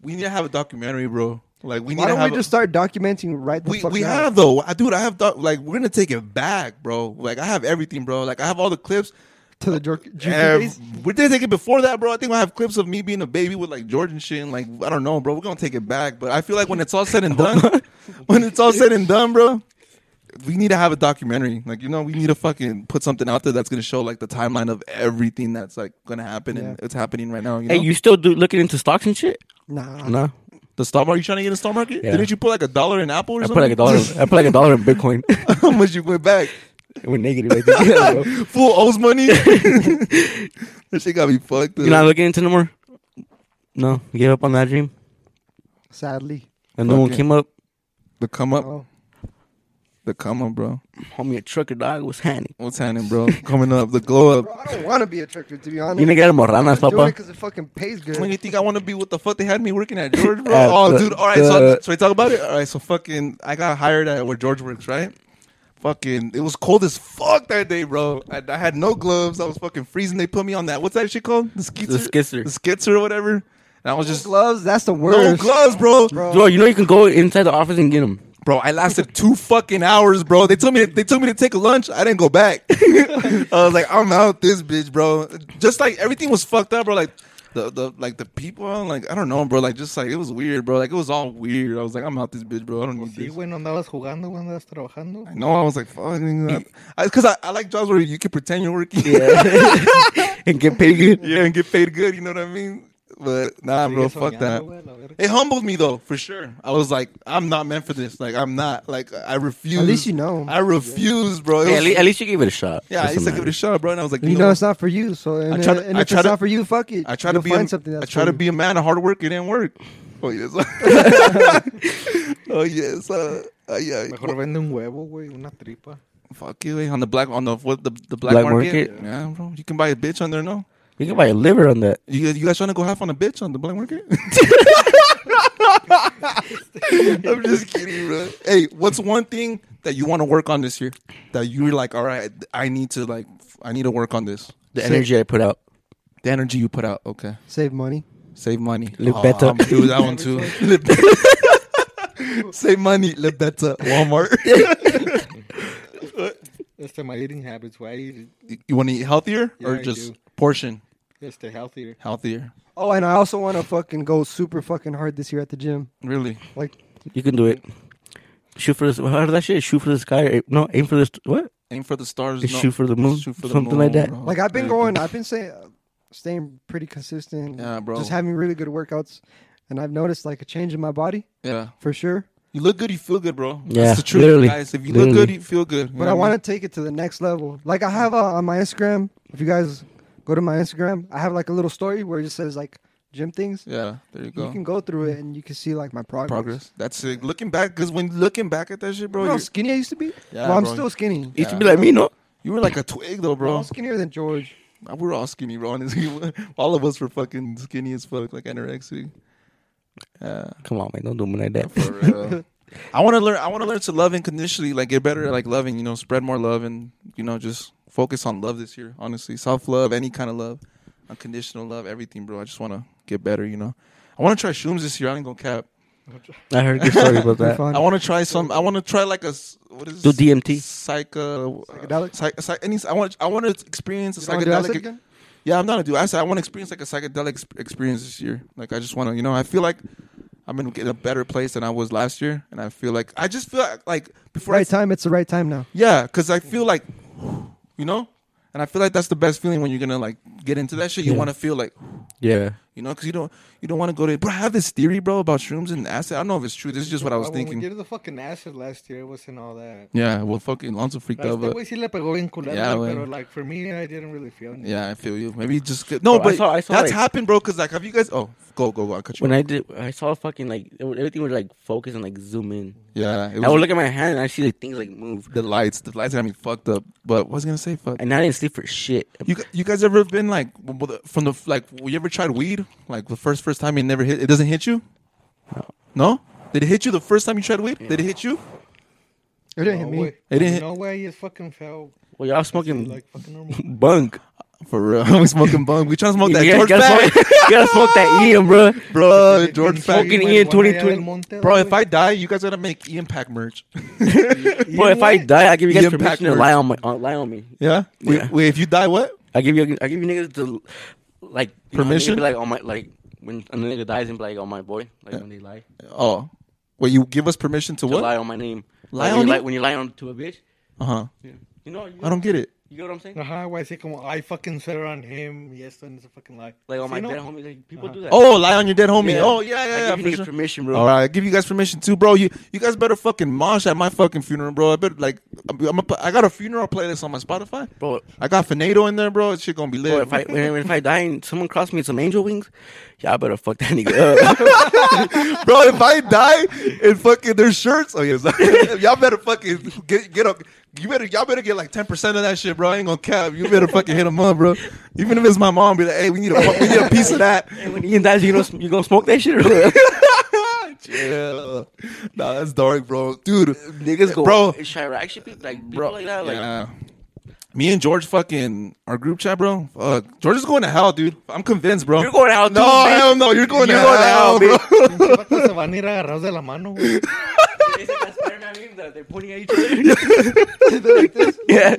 we need to have a documentary, bro. Like we need
Why
to
don't
have.
we
a-
just start documenting right the
we
fuck
we
now?
have though, I dude. I have doc- like we're gonna take it back, bro. Like I have everything, bro. Like I have all the clips.
to the jerk. jerky
Uh,
days?
we're gonna take it before that, bro. I think I have clips of me being a baby with like George and shit, and like I don't know, bro. We're gonna take it back, but I feel like when it's all said and done, [LAUGHS] when it's all said and done, bro, we need to have a documentary. Like you know, we need to fucking put something out there that's gonna show like the timeline of everything that's like gonna happen and it's happening right now. You
Hey,
know? Uh-huh.
you still do looking into stocks and shit?
Nah.
No.
the stock market? You trying to get in the stock market?
Yeah.
Didn't you put like a dollar in Apple or
I put
something?
like a dollar. I put like a dollar in Bitcoin. [LAUGHS]
[LAUGHS] How much you went back?
it went negative. Like, [LAUGHS] yeah, bro.
Fool owes
[LAUGHS]
money. that shit got me fucked. Up.
You're not looking into no more. No, you gave up on that dream.
Sadly.
And no one
Fucking-
came up.
the come up,
Oh.
the come up, bro.
Homie, a trucker dog was handy.
What's happening, bro? Coming up, the glow up.
Bro, I don't want to be a trickster, to be honest.
You nigga had morranas,
I'm doing it
papa.
because it fucking pays
When
good.
you think I want to be what the fuck they had me working at George, bro?
[LAUGHS] At
oh,
the-
dude. All right, so
the-
so we talk about it. All right, so fucking, I got hired at where George works, right? fucking. It was cold as fuck that day, bro. I, I had no gloves. I was fucking freezing. They put me on that. What's that shit called? The skitzer.
The skitzer.
The skitzer or whatever. And I was just
gloves. That's the
no
worst.
gloves, bro. bro.
Bro.
Bro, you know you can go inside the office and get them.
I lasted two fucking hours, bro. They told me to, they told me to take a lunch. I didn't go back. [LAUGHS] I was like, I'm out this bitch, bro. Just like everything was fucked up, bro. Like. The, the like the people like I don't know bro like just like it was weird bro like it was all weird I was like I'm out this bitch bro I don't need
Sí,
this
güey, no andabas jugando, güey, andabas trabajando.
No, I was like, fucking, because I, I like jobs where you can pretend you're working, [LAUGHS] yeah,
[LAUGHS] and get paid good.
and get paid good. You know what I mean? But nah, bro,
Sigues
fuck
soñando,
that.
güey, a la verga.
It humbled me though, for sure. I was like, I'm not meant for this. Like, I'm not. Like, I refuse.
At least you know.
I refuse, bro. It
Hey,
was-
at, le- at least you gave it a shot.
yeah, I
That's
used
what
to give it a
matters.
shot, bro. And I was like,
You know it's not for you. So and,
I try to-
and
I
if
try
it's
to-
not for you, fuck it.
I try to
You'll
be.
find
A,
something. That's
I try
for
to
you.
be a man, a hard worker. It didn't work. Oh
[LAUGHS]
yes. oh yes. Uh, uh, yeah.
Mejor vende un huevo, güey, una tripa.
Fuck you, eh? on the black on the what the, the black,
Black
market.
market?
Yeah, bro. You can buy a bitch on there, no?
You can buy a liver on that.
You, you guys trying to go half on a bitch on the black market? [LAUGHS] I'm just kidding, bro. Hey, what's one thing that you want to work on this year that you're like, all right, I need to like, I need to work on this.
The energy I put out.
The energy you put out, okay,
Save money.
save money,
Live better.
I'm gonna do that [LAUGHS] one too. Live- [LAUGHS] save money, live better.
[LAUGHS]
Walmart.
Este, my eating habits, güey,
[LAUGHS] you want to eat healthier or
Yeah, I
just
do.
portion
este, healthier.
healthier?
Oh, and I also want to fucking go super fucking hard this year at the gym.
Really?
Like
You can do it. Shoot for the how that shit? Shoot for the sky. or- No, aim for the st- what?
Aim for the stars.
Just shoot for the moon, something like that.
Oh,
like I've been going. I've been saying, staying pretty consistent.
Yeah, bro.
Just having really good workouts, and I've noticed like a change in my body
Yeah.
for sure.
You look good, you feel good, bro.
Yeah,
That's the truth,
literally,
guys. If you look
literally.
good, you feel good. You
But
know
I
what mean?
want to take it to the next level. Like I have uh, on my Instagram. If you guys go to my Instagram, I have like a little story where it just says like gym things.
Yeah, there you go.
You can go through it and you can see like my progress.
Progress. That's it. Looking back, because when looking back at that shit, bro,
You know how
you
skinny I used to be?
Yeah,
well, I'm
bro.
still skinny.
You should be like me, no?
you were like a twig, though,
Bro.
bro.
I'm skinnier than George.
We're all skinny, bro. Honestly, [LAUGHS] all of us were fucking skinny as fuck, like anorexic. Yeah.
Come on, man. Don't do me like
[LAUGHS]
that.
For real. I want to learn. I want to learn to love unconditionally. Like get better at like loving. You know, spread more love, and you know, just focus on love this year. Honestly, self love, any kind of love, unconditional love, everything, bro. I just want to get better. You know, I want to try shrooms this year. I ain't gonna cap.
I heard a good
[LAUGHS]
story about
Pretty
that.
fun.
I want to try some. I want to try like a s- what is
Do
this?
DMT.
psycho
Psychedelic?
psych, psych, any, I want. I want to experience a
You wanna do acid
psychedelic. e-
again?
yeah, I'm not a do. I said I want to experience like a psychedelic exp- experience this year. Like I just want to, you know, I feel like I'm in in a better place than I was last year, and I feel like I just feel like, like before I
Right time. It's the right time now.
yeah, because I feel like, you know, and I feel like that's the best feeling when you're gonna like get into that shit. You
Yeah.
want to feel like,
Yeah.
you know, because you don't you don't want to go to. Bro, I have this theory, bro, about shrooms and acid. I don't know if it's true. This is just what I was
Ah, When we
thinking.
did the fucking acid last year, it wasn't all that.
Yeah, well, fucking Lonzo freaked
Este
out. but-
güey sí le pegó bien culero,
Yeah,
güey,
güey. Eh,
pero like for me, I didn't really feel anything.
Yeah, I feel you. Maybe just get, no,
Bro, Oh, I
but
saw- I saw,
that's
like-
happened, bro. Because like, have you guys? Oh, go go go! I cut you.
When
off.
I did, I saw fucking like it was- everything was like focus and like zoom in.
yeah, it
I would
was
look at my hand and I see like things like move.
the lights. The lights had me fucked up. But what was I gonna say? Fuck.
And I didn't sleep for shit.
You gu- you guys ever been like w- w- from the like? You ever tried weed? Like the first first time it never hit. It doesn't hit you. No. Did it hit you the first time you tried weed? Did it hit you?
It didn't
Oh,
hit me.
way.
It didn't-
No way. You fucking fell
Well, y'all smoking
like fucking normal.
bunk.
For real, [LAUGHS] we smoking bong. We trying
[LAUGHS]
to [LAUGHS] smoke that
you, gotta,
George
gotta
bag, E
smoke, you gotta smoke that E Ian, bro.
[LAUGHS]
[LAUGHS]
bro. George
Fucking
bag,
Fucking Ian
marihuana
2020.
allá del monte,
bro.
güey.
If I die, you guys gotta make Ian Pack merch.
Bro, if I die, I give you guys
Ian
permission to
Packard.
lie on my uh, lie on me.
Yeah. Wait,
Yeah.
wait, if you die, what?
I give you I give you niggas the like you know, niggas
Permission?
be like on my like when a nigga dies and be like on my boy like when they lie
Oh, wait. You give us permission to
to
what?
lie on my name.
Lie
Like,
on
when you
you?
lie, when you lie on to a bitch.
Uh huh.
You know you
I don't get it.
You get what I'm saying?
Ajá, güey, así como, I fucking said it on him. Yes, and it's a fucking lie.
Like
oh
on
Sí,
my
no?
dead homie, like, people do that.
Oh, lie on your dead homie. Oh yeah,
I
yeah, yeah.
give
for
niggas
sure.
permission, bro.
All right, I give you guys permission too, bro. You you guys better fucking mosh at my fucking funeral, bro. I better like I'm, I'm a, I got a funeral playlist on my Spotify,
Bro,
I got Finado in there, bro. It shit gonna be
Bro,
lit.
if I when, if I die and someone cross me with some angel wings, yeah, I better fuck that nigga
[LAUGHS]
up.
bro, if I die and fucking their shirts, oh yes, [LAUGHS] y'all better fucking get get up. You better y'all better get like ten percent of that shit, bro. I ain't gonna cap. You better fucking hit them up, bro. Even if it's my mom, [LAUGHS] be like, hey, we need a fu- we need a piece of that. [LAUGHS]
and when Ian dies, you gonna you gonna smoke that shit? Or what?
Yeah. Nah, that's dark, bro.
Uh,
Dude,
Niggas go,
Bro.
Chirac should be like, people
bro.
like that. Like,
yeah. Me and George fucking our group chat, bro. Fuck. George is going to hell, dude. I'm convinced, bro.
you're going out.
no,
too, bitch.
hell no. You're going
You're
to
going to
hell,
hell,
bro. [LAUGHS]
[LAUGHS]
Pinche vatos se van a ir agarrados de la mano, güey.
Isn't that Spider-Man meme that they're pointing at each other?
like
[LAUGHS]
this.
[LAUGHS] yeah.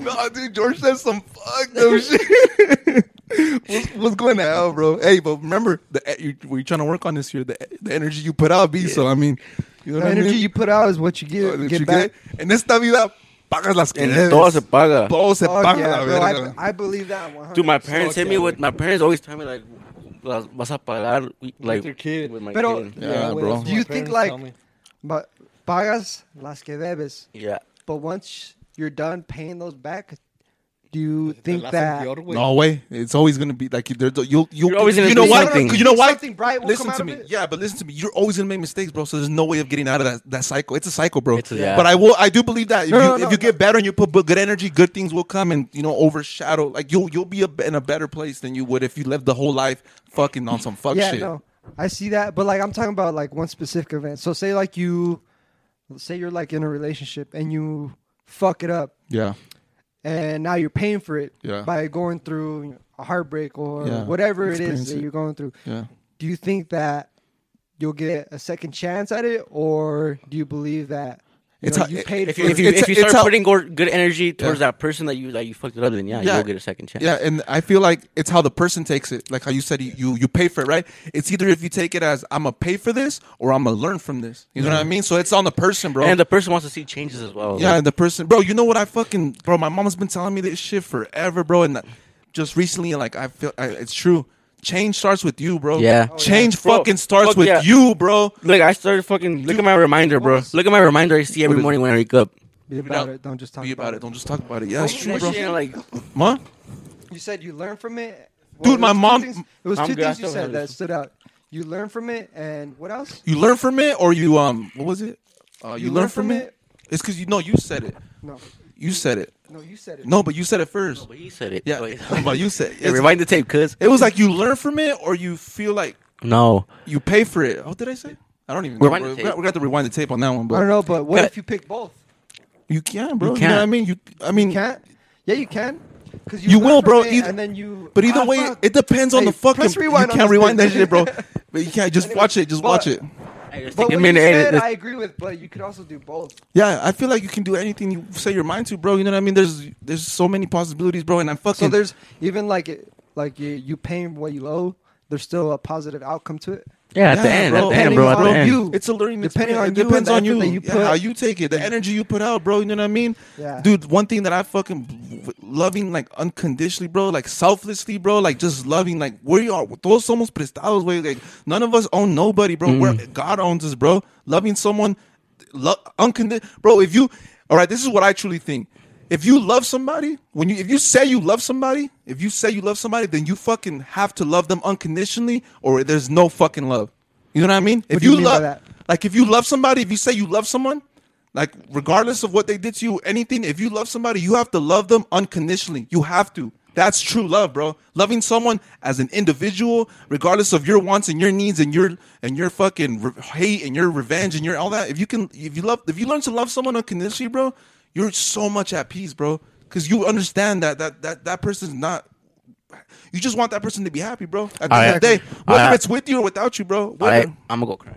no, dude, George said some fucked
[LAUGHS]
up shit. [LAUGHS] what's, what's going to hell, bro? Hey, but remember, the e, you, we're trying to work on this year. The, the energy you put out, B. So I mean, you know
The
what I
energy
mean?
you put out is what you get.
That
get
you
back.
get. En esta vida pagas las que debes.
Todo se paga.
Todo se
Fuck
paga
yeah,
la
bro,
verga.
I, I believe that one.
Dude, my parents hit me
yeah,
with, my parents always tell me, like, "Las- vas a pagar, like,
your kid.
with my
Pero
kid.
Yeah,
wait,
Ah, bro.
Do you
My
think
parents
like,
tell me.
but pagas las que debes,
Yeah.
but once you're done paying those back, do you
Te
think
la hacen
that?
peor, güey.
No way. It's always gonna be like there's you'll you'll
You're always gonna
you know
do
why?
something.
You know why?
Something bright will
listen
come out
to
of
me.
it.
Yeah, but listen to me. You're always gonna make mistakes, bro. So there's no way of getting out of that, that cycle. It's a cycle, bro.
It's a- yeah.
But I will. I do believe that if
No,
you
no,
if
no,
you
no.
get better and you put bu- good energy, good things will come and you know overshadow. Like you'll you'll be a, in a better place than you would if you lived the whole life fucking on some fuck
Yeah,
shit.
no, I see that, but like I'm talking about like one specific event. So say like you, say you're like in a relationship and you fuck it up,
Yeah.
and now you're paying for it
Yeah.
by going through a heartbreak or
Yeah,
whatever it is
experience
that
it.
you're going through.
Yeah.
Do you think that you'll get a second chance at it, or do you believe that you,
It's
know,
how-
you
if-
paid
if
for
you-
If you,
It's
if
a-
you
it's
start
a-
putting gor- good energy towards
Yeah.
that person that you that you fucked it up, then yeah,
Yeah.
you'll get a second chance.
Yeah, and I feel like it's how the person takes it. Like how you said, you you, you pay for it, right? It's either if you take it as I'm gonna pay for this or I'm gonna learn from this. You know what I mean? So it's on the person, bro.
And the person wants to see changes as well.
yeah,
Like,
and the person, bro. You know what I fucking, bro? My mom's been telling me this shit forever, bro. And just recently, like I feel I, it's true. Change starts with you, bro.
Yeah. Oh, yeah.
Change
Bro,
fucking starts
fuck
with
yeah.
you, bro.
Look, I started fucking. Look at my reminder, bro. Look at my reminder. I see every morning when I wake up.
be about it? Don't just talk
Be
about,
about it. Don't just talk about it. Yeah, it's true,
That
bro.
shit, like,
Ma?
You said you learned from it.
Dude,
it was
my
two
mom-
things- it was
I'm
two
good, I
things you
still have
said
this.
that stood out. You learned from it, and what else?
You learn from it, or you um, what was it? Uh, you,
You
learn, from it. It's because you know you said it.
No,
You said it.
no, you said it.
No, but you said it first.
But he said it.
Yeah, [LAUGHS]
Like,
but you said
hey,
it's-
[LAUGHS] rewind the tape, cuz.
it was like you learn from it, or you feel like
No.
you pay for it. Oh, did I say? I don't even. know.
Rewind the
We're,
tape.
we're gonna have to rewind the tape on that one,
I don't
but
know, but what
Cut.
if you pick both?
you can, bro. You, know
can't.
what I mean? You, I mean,
You can't. Yeah, you can. Because
You
learn
will,
from
bro,
it,
either-
and then you.
but either
Ah,
way,
fuck.
it depends on
Hey,
the fucking.
press rewind
you
on
can't
this
rewind that
thing. [LAUGHS]
shit, bro. But you can't just watch it. Just
but-
watch it.
Hey, just
But
take a
what
minute.
you
and
said,
it-
I agree with, but you could also do both.
Yeah, I feel like you can do anything you set your mind to, bro. You know what I mean? There's there's so many possibilities, bro. And I'm fucking.
So there's even like it, like you, you paying what you owe. There's still a positive outcome to it.
yeah, at
Yeah,
the end.
bro.
At the end, bro. At the
Depending
end.
on you.
It's a learning
Depending
experience.
on you
It depends
and
on
the
you.
effort that you
Yeah,
put.
how you take it, the energy you put out, bro. You know what I mean?
Yeah.
Dude, one thing that I fucking loving like unconditionally, bro, like selflessly, bro, like just loving, like we are todos somos prestados, way. Like none of us own nobody, bro. We're, God owns us, bro. Loving someone, lo- unconditional, bro. If you, all right, this is what I truly think. If you love somebody, when you if you say you love somebody, if you say you love somebody, then you fucking have to love them unconditionally, or there's no fucking love. You know what I mean? if
do you
you,
mean by
love
that?
like if you love somebody if you say you love someone like regardless of what they did to you anything if you love somebody you have to love them unconditionally you have to that's true love bro loving someone as an individual regardless of your wants and your needs and your and your fucking re- hate and your revenge and your all that if you can if you love if you learn to love someone unconditionally bro you're so much at peace bro because you understand that that that that person's not you just want that person to be happy, bro. At the end of the day, whether
Alright.
it's with you or without you, bro.
All
whether-
right, I'm gonna go cry.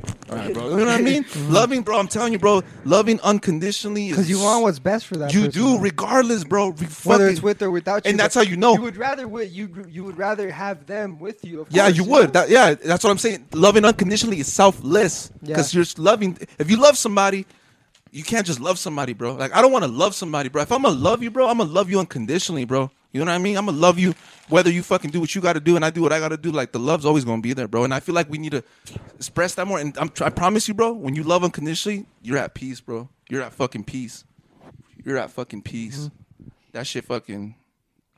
you know what I
[LAUGHS]
mean? loving, bro. I'm telling you, bro. Loving unconditionally is
Because you want what's best for that.
you
person.
do, regardless, bro. Re-
whether
fucking-
it's with or without you.
and that's how
but
you know.
You would rather with you you would rather have them with you. Of
yeah,
course,
you
know?
would. That, yeah, that's what I'm saying. Loving unconditionally is selfless
Yeah.
because you're loving. If you love somebody, you can't just love somebody, bro. Like I don't want to love somebody, bro. If I'm gonna love you, bro, I'm gonna love you unconditionally, bro. You know what I mean? I'm gonna love you whether you fucking do what you got to do and I do what I got to do. Like the love's always gonna be there, bro. And I feel like we need to express that more. And I'm, tr- I promise you, bro, when you love unconditionally, you're at peace, bro. You're at fucking peace. You're at fucking peace.
Mm-hmm.
That shit fucking.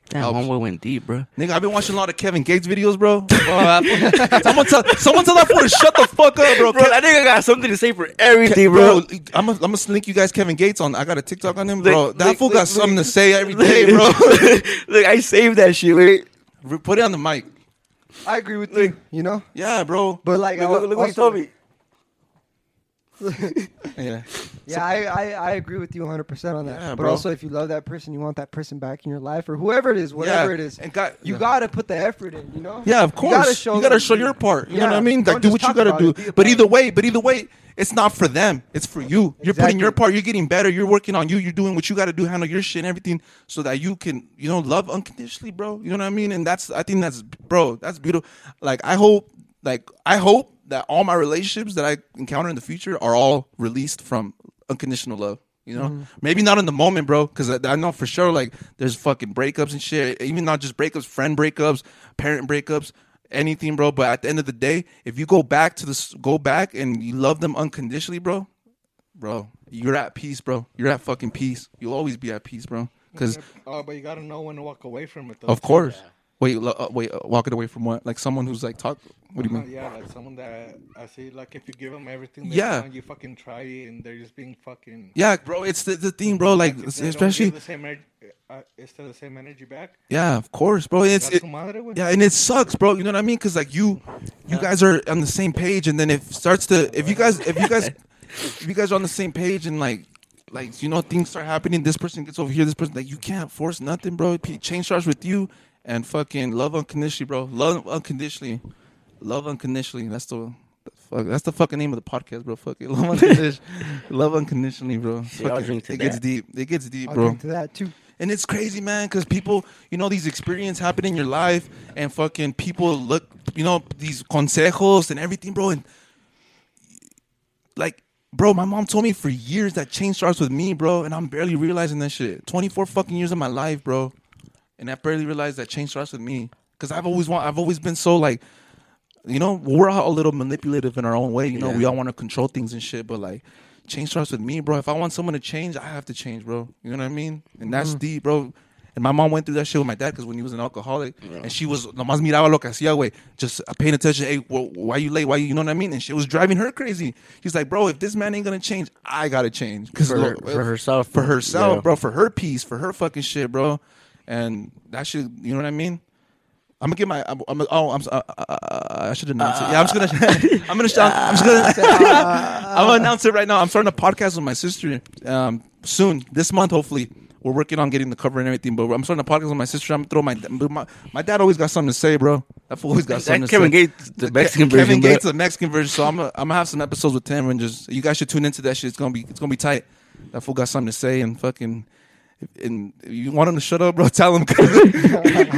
Damn, homeboy went deep, bro.
Nigga, I've been watching a lot of Kevin Gates videos, bro. [LAUGHS] someone tell someone tell that fool to shut the fuck up, bro.
Bro, that nigga got something to say for everything,
Ke-
bro.
bro, I'm gonna I'm link you guys Kevin Gates on. I got a TikTok on him, bro.
Lick-
that
lick-
fool got
lick-
something to say every day,
[LAUGHS]
bro.
[LAUGHS] Look, I saved that shit. Wait,
Re- Put it on the mic.
I agree with you. You know,
Yeah, bro.
but like, I
look, look, look what he
also-
told me.
Yeah.
[LAUGHS] Yeah, I, I, I agree with you 100% on that.
Yeah,
but
bro.
also, if you love that person, you want that person back in your life or whoever it is, whatever
Yeah,
it is,
and got-
you
yeah.
got to put the effort in, you know?
Yeah, of course. You gotta show,
them-
your part. You
Yeah,
know what I mean?
don't
Like, do
just
what you
talk
gotta
about it,
do.
be a
but
part
either
of it.
way, but either way, it's not for them. It's for you. You're putting your
Exactly.
part. You're getting better. You're working on you. You're doing what you gotta do. Handle your shit and everything, so that you can, you know, love unconditionally, bro. You know what I mean? And that's, I think that's, bro, that's beautiful. Like, I hope, like, I hope that all my relationships that I encounter in the future are all released from unconditional love. You know, maybe not in the moment, bro, because I, I know for sure, like, there's fucking breakups and shit. Even not just breakups, friend breakups, parent breakups anything, bro. But at the end of the day, if you go back to this, go back and you love them unconditionally, bro, bro, you're at peace, bro. You're at fucking peace. You'll always be at peace, bro. Because
Oh, but you gotta know when to walk away from it, though.
of course, wait, lo- uh, wait, uh, walking away from what? Like someone who's like talk. What do you
Uh,
mean?
yeah, like someone that I see, like if you give them everything, they
Yeah.
want, you fucking try it, and they're just being fucking.
Yeah, bro. It's the, the thing, bro. Like
If they don't give
especially,
the same, ener- uh, instead of the same energy back.
yeah, of course, bro. It's
That's
it-
su madre, güey.
Yeah, and it sucks, bro. You know what I mean? Because like you, you guys are on the same page, and then it starts to if you guys if you
[LAUGHS]
guys if you guys are on the same page and like like you know things start happening. This person gets over here. This person like you can't force nothing, bro. P- Change starts with you and fucking love unconditionally, bro. Love unconditionally, love unconditionally. That's the. the Fuck, that's the fucking name of the podcast, bro. Fuck it. [LAUGHS] Love
[LAUGHS]
unconditionally, love unconditionally bro.
I'll
Fuck it.
drink to
it gets
that.
deep. It gets deep,
I'll
bro.
drink to that too.
And it's crazy, man, because people, you know, these experiences happen in your life, and fucking people look, you know, these consejos and everything, bro. And like, bro, my mom told me for years that change starts with me, bro, and I'm barely realizing that shit. 24 fucking years of my life, bro, and I barely realized that change starts with me because I've always want, I've always been so like, you know, we're all a little manipulative in our own way. You know,
Yeah.
we all want to control things and shit, but like, change starts with me, bro. If I want someone to change, I have to change, bro. You know what I mean? And
Mm-hmm.
that's deep, bro. And my mom went through that shit with my dad because when he was an alcoholic, and she was nomás miraba lo que hacía, güey, just paying attention. Hey, wh- why you late? Why you? You know what I mean? And she was driving her crazy. She's like, bro, if this man ain't gonna change, I gotta change because
For her- for herself,
for herself,
yeah.
bro, for her peace, for her fucking shit, bro. And that shit, you know what I mean? I'm gonna get my. I'm, I'm, oh, I'm. s- Uh, uh, uh, I should announce it. Yeah, I'm just
[LAUGHS]
gonna. I'm gonna. Shout, I'm just gonna. [LAUGHS] I'm gonna announce it right now. I'm starting a podcast with my sister. Um, soon this month, hopefully, we're working on getting the cover and everything. But I'm starting a podcast with my sister. I'm gonna throw my. My, my dad always got something to say, bro. That fool always got
That
something. to
Kevin
say.
Gates, the
Ke-
Mexican
Kevin
version, bro.
Gates, the Mexican version. So I'm. gonna- I'm gonna have some episodes with him and just. You guys should tune into that shit. It's gonna be. It's gonna be tight. That fool got something to say and fucking. And you want him to shut up, bro? [LAUGHS] Tell him.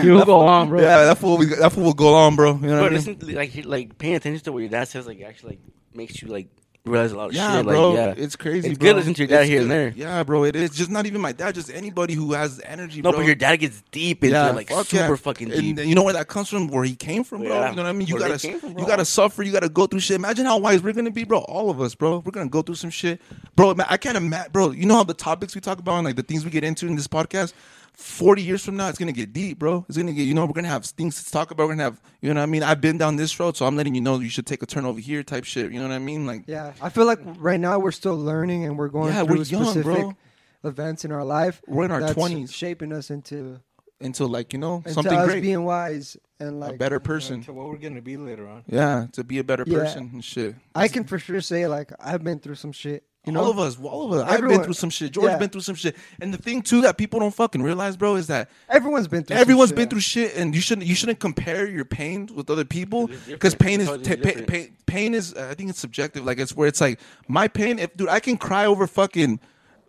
you go on, bro.
Yeah, that fool, that fool will go on, bro. You know what I
But
mean?
listen, to, like, he- like paying attention to what your dad says, like, actually, like, makes you like realize a lot of
yeah,
shit.
bro,
like, yeah,
it's crazy.
It's
bro.
good listening to your dad
It's
here and
good.
there.
Yeah, bro, it is. Just not even my dad, just anybody who has energy.
No,
bro.
but your dad gets deep into it, like
fuck
super
yeah.
fucking
And
deep. [LAUGHS]
then you know where that comes from? Where he came from, bro.
Yeah.
You know what I mean? You
Where they
gotta,
came from,
you
bro.
gotta suffer. You gotta go through shit. Imagine how wise we're gonna be, bro. All of us, bro. We're gonna go through some shit, bro. man, I can't imagine, bro. You know how the topics we talk about and like the things we get into in this podcast. Forty years from now, it's gonna get deep, bro. It's gonna get, you know, we're gonna have things to talk about. We're gonna have, you know what I mean? I've been down this road, so I'm letting you know you should take a turn over here, type shit. You know what I mean? Like,
Yeah, I feel like right now we're still learning and we're going
Yeah,
through
we're young,
specific
bro.
events in our life.
We're in our
that's
20s.
shaping us into,
until like you know
into
something
us
great,
being wise and
a
like
better person.
To what we're gonna be later on.
Yeah, to be a better
Yeah.
person and shit.
I can for sure say like I've been through some shit. You know,
all of us, all of us. I've been
Everyone.
through some shit. George's
Yeah.
been through some shit. And the thing too that people don't fucking realize, bro, is that
everyone's been through. some
everyone's
shit.
been through shit, and you shouldn't you shouldn't compare your pain with other people
different.
because pain is
Totally
ta- pa-
different.
pain, pain is uh, I think it's subjective. Like it's where it's like my pain. If dude, I can cry over fucking.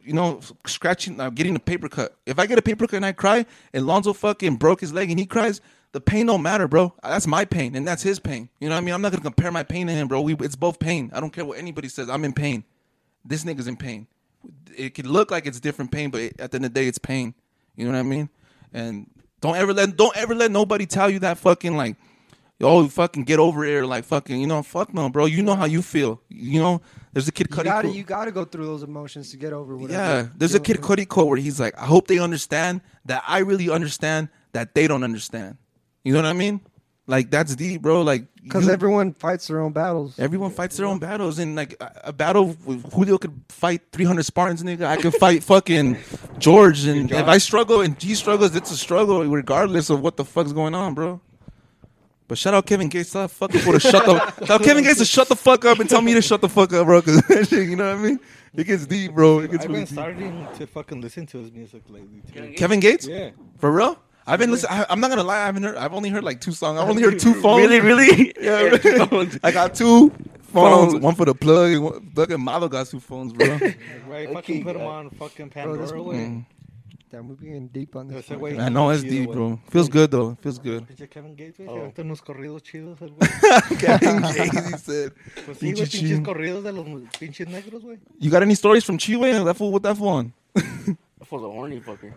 You know, scratching, uh, getting a paper cut. If I get a paper cut and I cry, and Lonzo fucking broke his leg and he cries, the pain don't matter, bro. That's my pain and that's his pain. You know what I mean? I'm not gonna compare my pain to him, bro. We, it's both pain. I don't care what anybody says. I'm in pain. This nigga's in pain. It can look like it's different pain, but it, at the end of the day, it's pain. You know what I mean? And don't ever let don't ever let nobody tell you that fucking like, oh fucking get over it or like fucking you know fuck no, bro. You know how you feel. You know there's a kid
You
Cudi.
gotta,
quote-
you gotta go through those emotions to get over. Whatever
yeah,
you're
there's a
dealing
kid
with.
Cudi quote where he's like, I hope they understand that I really understand that they don't understand. You know what I mean? Like that's deep, bro. Like
Because
you-
everyone fights their own battles.
Everyone fights their own battles, and like a, a battle, with Julio could fight 300 Spartans, nigga. I could fight fucking George, and if I struggle and he struggles, it's a struggle regardless of what the fuck's going on, bro. But shout out Kevin Gates. Tell that fucker fool to shut
[LAUGHS]
the. Tell Kevin Gates to shut the fuck up and tell me to shut the fuck up, bro. Cause [LAUGHS] that shit, you know what I mean? It gets deep, bro. It gets
I've
really
been
deep.
starting to fucking listen to his music lately. Too.
Kevin Gates?
Yeah.
For real? I've been listening. I'm not gonna lie. I haven't heard. I've only heard like two songs. I've only heard
[LAUGHS]
two phones.
Really, really? [LAUGHS]
Yeah,
two
bro. [LAUGHS]
phones.
I got two phones.
Phones.
One for the plug. And one, plug and Malo got two phones, bro.
Like, right, fucking put him
uh,
on fucking
this-
Pandora. way.
Damn, we're being deep on
They
this.
say,
one.
wait,
I know it's
either
deep,
way.
bro. Oh. Feels good though. Feels
[LAUGHS]
good.
Pinche Kevin Gates, güey, se aventó unos corridos chidos,
[LAUGHS]
el güey.
Kevin Gates, he said.
Pues sí,
Pinche
güey, pinches
chin.
corridos de los mu- pinches negros, güey.
You got any stories from Chiwe? That fool, what that fool on?
That fool's a horny fucker.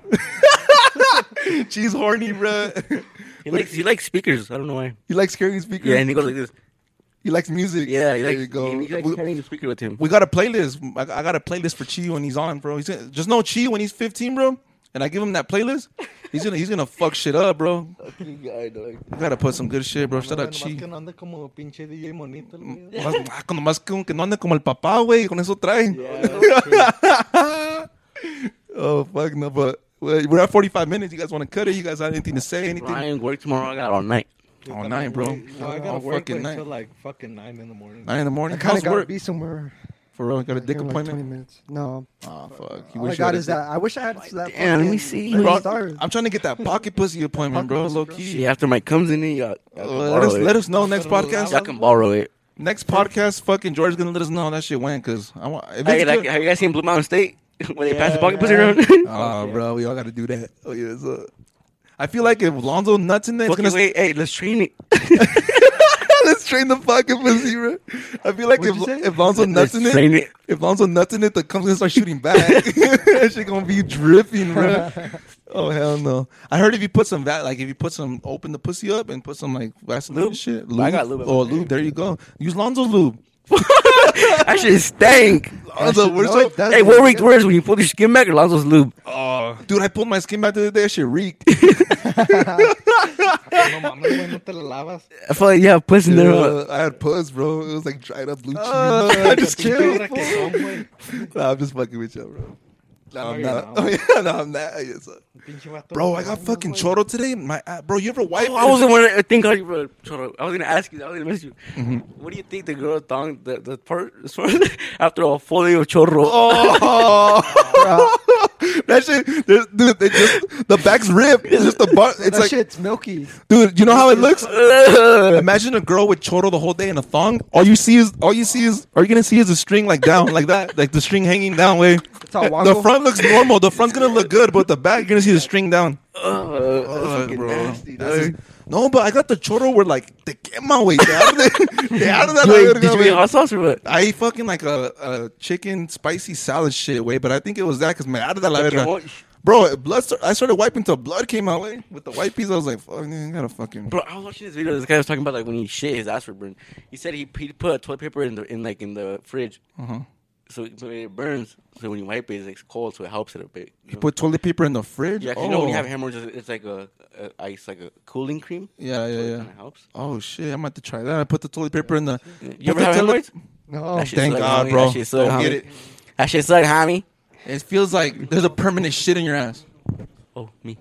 She's horny, [LAUGHS] bro.
He likes he likes speakers. I don't know why.
he likes carrying speakers.
Yeah, and he goes like this.
He likes music.
Yeah, he
there
likes,
you go.
He, he likes
We-
carrying the speaker with him.
We got a playlist. I, I got a playlist for Chi when he's on, bro. He's gonna, just know Chi when he's 15, bro. And I give him that playlist. He's gonna he's gonna fuck shit up, bro. We gotta put some good shit, bro. Shout
Nada
out
más que
Chi.
no anda como pinche DJ monito, el güey.
Más, ah, cuando más que, un- que no ande como el papá, güey. Con eso trae. [LAUGHS] oh fuck no, but well, we're at 45 minutes. You guys want to cut it? You guys have anything to say? Anything?
Ryan work tomorrow. I got all night.
All night, mm, bro.
No, I
All
gotta work
fucking
until
night.
like fucking nine in the morning.
Nine in the
I
morning.
kind
How's
of gotta
work?
be somewhere.
For real, got a dick
here in, like,
appointment.
20 minutes. No,
Ah, fuck. You
all I
wish you
got
had a
is
dick-
that. I wish I had that.
damn, let me
fucking-
see.
Let me
Bro,
start.
I'm trying to get that pocket pussy appointment, bro. Low key.
Shit, after my comes in, y'all, y'all
Let
can
us
borrow it.
let us know next
Y'all
podcast.
can borrow it.
Next podcast, fucking George gonna let us know how that shit went because I want. If it's
Hey, like,
good-
have you guys seen Blue Mountain State? [LAUGHS] Where they pass the pocket pussy
[LAUGHS]
yeah.
around?
oh, bro, we all gotta do that. Oh yeah, so I feel like if Lonzo nuts in there, it's
Fucking
gonna
wait, hey, let's train it.
[LAUGHS] let's train the fucking pussy, bro. I feel like if, if Lonzo nuts
Let's
in it,
train it.
if Lonzo nuts in it, the comes gonna start shooting
[LAUGHS]
back. that shit gonna be dripping, bro. Oh hell no! I heard if you put some va- like if you put some open the pussy up and put some like Vaseline
Lube?
and shit,
I got lube in my
Oh,
bag.
lube. There you go. Use Lonzo's lube.
That shit stank.
Lonzo, where's
No,
your
it doesn't.
Hey, what reeked worse when you pull your skin back or Lonzo's lube?
Dude, I pulled my skin back the other day. That shit
[LAUGHS]
reeked.
No mames, güey, no te la
[LAUGHS]
lavas.
I feel like you have puss in there. huh?
Uh, I had puss, bro. It was like dried up blue cheese.
Oh,
[LAUGHS]
Uh, just
Pinche
chill.
requesón, güey.
Nah, I'm just fucking with y'all, bro. Nah, I'm
no,
not.
you're
[LAUGHS] Oh, yeah, no, I'm not. Yes, sir.
Pinche vato.
Bro, I got fucking choro today. My uh, bro, you ever wipe?
Oh, I was the one that think you, bro. Choro, I was gonna ask you. I was gonna miss you. What do you think the girl thong the the part as far as- [LAUGHS] after a folio of chorro?
[LAUGHS] Oh, that shit, there's- dude. They just the back's ripped. It's [LAUGHS] just the butt. It's
That
like, [LAUGHS]
shit's milky.
dude, you know how it [LAUGHS] looks. Imagine a girl with choro the whole day in a thong. All you see is, all you see is, all you're gonna see is the string like down, like that, like the string hanging down. Way
It's all
the
wongo.
front looks normal. The front's gonna look good, but the back you're gonna see the string down.
Uh, [LAUGHS]
Uh,
fucking
bro.
nasty,
That's
dog.
just- no, but I got the choro where like te quema, güey. Te arde. [LAUGHS] Te arde la
Wait,
verga,
did you
güey.
eat hot sauce or what?
I ate fucking like a, a chicken spicy salad shit, way. But I think it was that because me arde la verga.
Fucking-
Bro, it blood. Start, I started wiping till blood came out, way. With the white piece, I was like, fuck, man, I gotta fucking.
Bro, I was watching this video. This guy was talking about like when he shit, his ass would burn. He said he he put a toilet paper in the in like in the fridge, so it- so it burns. So when you wipe it, it's like, cold, so it helps it a bit. You know?
Put toilet paper in the fridge.
yeah, 'cause you know when you have
Oh.
hemorrhoids, it's it's like a, a ice, like a cooling cream.
yeah, yeah, yeah.
Kind of helps.
Oh shit, I'm about to try that. I put the toilet paper in the.
You
put
ever
the
have
toilet-
hemorrhoids?
No, [LAUGHS]
shit
Oh, Thank
suck,
God,
homie.
bro.
That shit suck,
Don't get
homie.
it.
That shit suck, homie.
It feels like there's a permanent shit in your ass.
Oh me.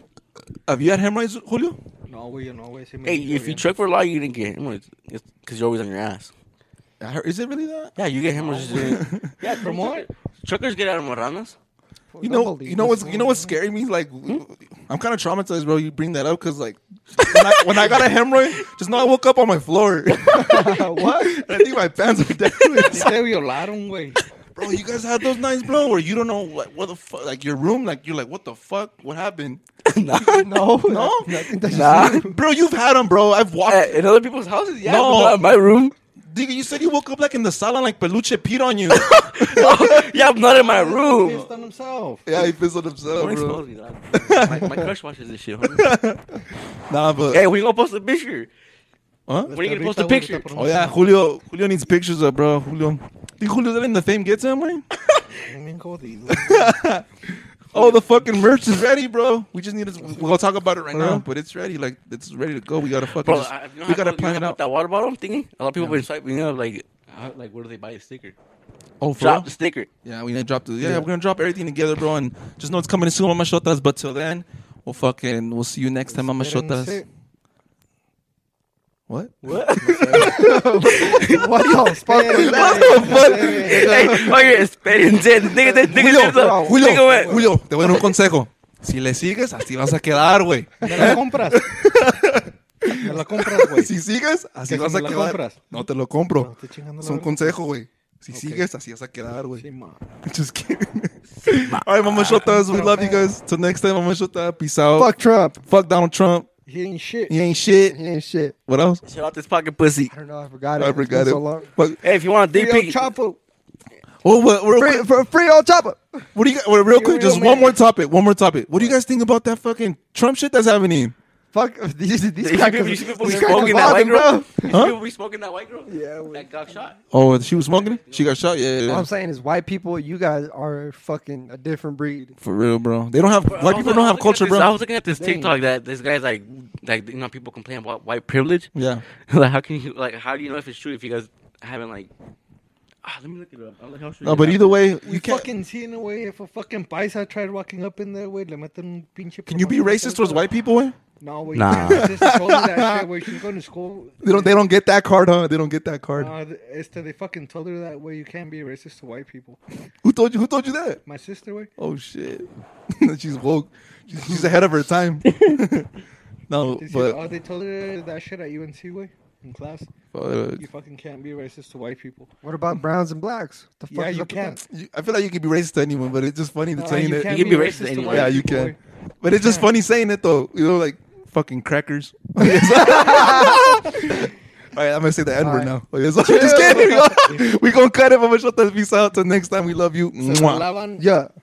Have you had hemorrhoids, Julio?
No, güey, yo no, güey. sí me
Hey,
limpio
if you
bien.
truck for a lot, you didn't get hemorrhoids because you're always on your ass.
I heard- Is it really that?
Yeah, you get hemorrhoids.
[LAUGHS]
dude. yeah, from what? Truckers get out of Moranas.
You know,
believe
you know
this
what's you know what's scary me? Like, I'm kind of traumatized, bro. You bring that up because like, when I, when I got a hemorrhoid, just know I woke up on my floor. [LAUGHS]
what?
I think my pants are [LAUGHS]
Sí
damaged.
Te
[LAUGHS]
violaron, güey.
bro, you guys had those nights, bro, where you don't know like what the fuck, like your room, like you're like, what the fuck, what [LAUGHS] happened? [LAUGHS]
No,
No?
I think that's
Nah.
bro, you've had them, bro. I've walked.
At, in other people's houses, yeah.
No.
but not in my [LAUGHS] room.
Nigga, you said you woke up like in the salon, like Peluche peed on you.
yeah, I'm not in my room.
Pissed on himself.
[LAUGHS] yeah, he pissed on himself,
Don't
bro.
expose me,
[LAUGHS]
dog. my, my crush watches this shit. homie.
Nah, but
hey, when you gonna post a picture?
huh?
When you gonna
Ahorita,
post a
güey,
picture?
ahorita por
Oh yeah, Julio. Julio needs pictures of bro. Julio. Think Julio's letting the fame get to him, right?
un- Bien jodido.
[LAUGHS] Oh, the fucking merch is ready, bro. We just need to. We'll talk about it right now, but it's ready. Like it's ready to go. We gotta fucking.
Bro,
just-
I, you know
we
how
gotta
you
plan
have
it out.
That water bottle thingy. A lot of people been swiping me up like, how, like where do they buy a sticker?
Oh, for
Drop
real?
the
[LAUGHS]
sticker.
Yeah, we gonna drop the. Yeah, we're gonna drop everything together, bro. And just know it's coming soon, Mama Shotas. But till then, we'll fucking. We'll see you next time, Mama Shotas.
Espérense.
What?
What?
Why do y'all spot those out?
hey, oh, oye, espérense. Nigga, nigga, nigga,
Julio,
nigga,
Julio,
nigga, güey.
Julio, te voy a dar un consejo. Si le sigues, así vas a quedar, [LAUGHS] güey.
Me la compras. Me la compras, güey.
Si sigues, así
Que si
vas
me
a
la
quedar.
compras.
No te lo compro.
Estoy chingando
Es
la
un
verga.
consejo, güey. Si
Ok.
sigues, así vas a quedar, güey.
[LAUGHS] Sí, ma.
[LAUGHS] Just kidding. All right, Mama Shotas, we love you guys. Till next time, Mama Shota. Peace out.
Fuck Trump.
Fuck Donald Trump.
He ain't shit.
He ain't shit.
He ain't shit.
What else?
Shout out this pocket pussy.
I don't know. I forgot it.
I
It's been
forgot it.
So long.
Fuck.
Hey, if you want a
Free El
DP,
Chapo.
Oh, what, real
Free,
quick,
for free on top of.
what do you guys, real quick, just
man.
one more topic, one more topic. What do you guys think about that fucking Trump shit that's happening?
Fuck [LAUGHS] these
[LAUGHS]
these
you see people,
crackers.
you see people
These crackers
smoking that white
bothering,
girl?
bro.
You
Huh?
see people be smoking that white girl?
Yeah, we-
That got shot.
Oh, she was smoking? She got shot? Yeah, yeah,
All
yeah.
I'm saying is white people. You guys are fucking a different breed.
For real, bro. They don't have,
Bro, I
white
was
people
look-
don't
I
have
was
culture,
looking at this- I
bro.
was looking at this TikTok that this guy's like, like you know, people complain about white privilege.
Yeah.
[LAUGHS] like, how can you like, how do you know if it's true if you guys haven't like? Ah, let me look it up. I'll, I'll show
No,
you
but
that.
either way,
We
you can't.
fucking seen a way if a fucking paisa tried walking up in there, güey, le meten un pinche.
Can you be racist towards white people, eh? way?
No, güey.
Nah.
This is totally that shit, güey. She's going
[LAUGHS]
to school.
They don't, they don't get that card, huh? They don't get that card.
Uh, th- este, they fucking told her that way you can't be racist to white people.
Who told you, who told you that?
My sister, way.
Oh, shit. [LAUGHS] she's woke. She's, she's ahead of her time. [LAUGHS] no,
They said,
but
oh, they told her that shit at UNC, way, in class.
uh,
You fucking can't be racist to white people.
What about browns and blacks? What the fuck
Yeah,
is
you
up with that?
can.
you- I feel like you could be racist to anyone, but it's just funny to
Uh,
saying
you
it.
can't
You can be racist to
to
anyone.
white
Yeah, you
people,
can.
way.
But it's just funny saying it though. You know, like fucking crackers. [LAUGHS] All right, I'm gonna say the N word
Alright.
now. Okay, [LAUGHS] so- just kidding. we gonna cut it. Mama Shotas. Peace out. Till next time. We love you.
Se
Mwah.
la lavan
Yeah.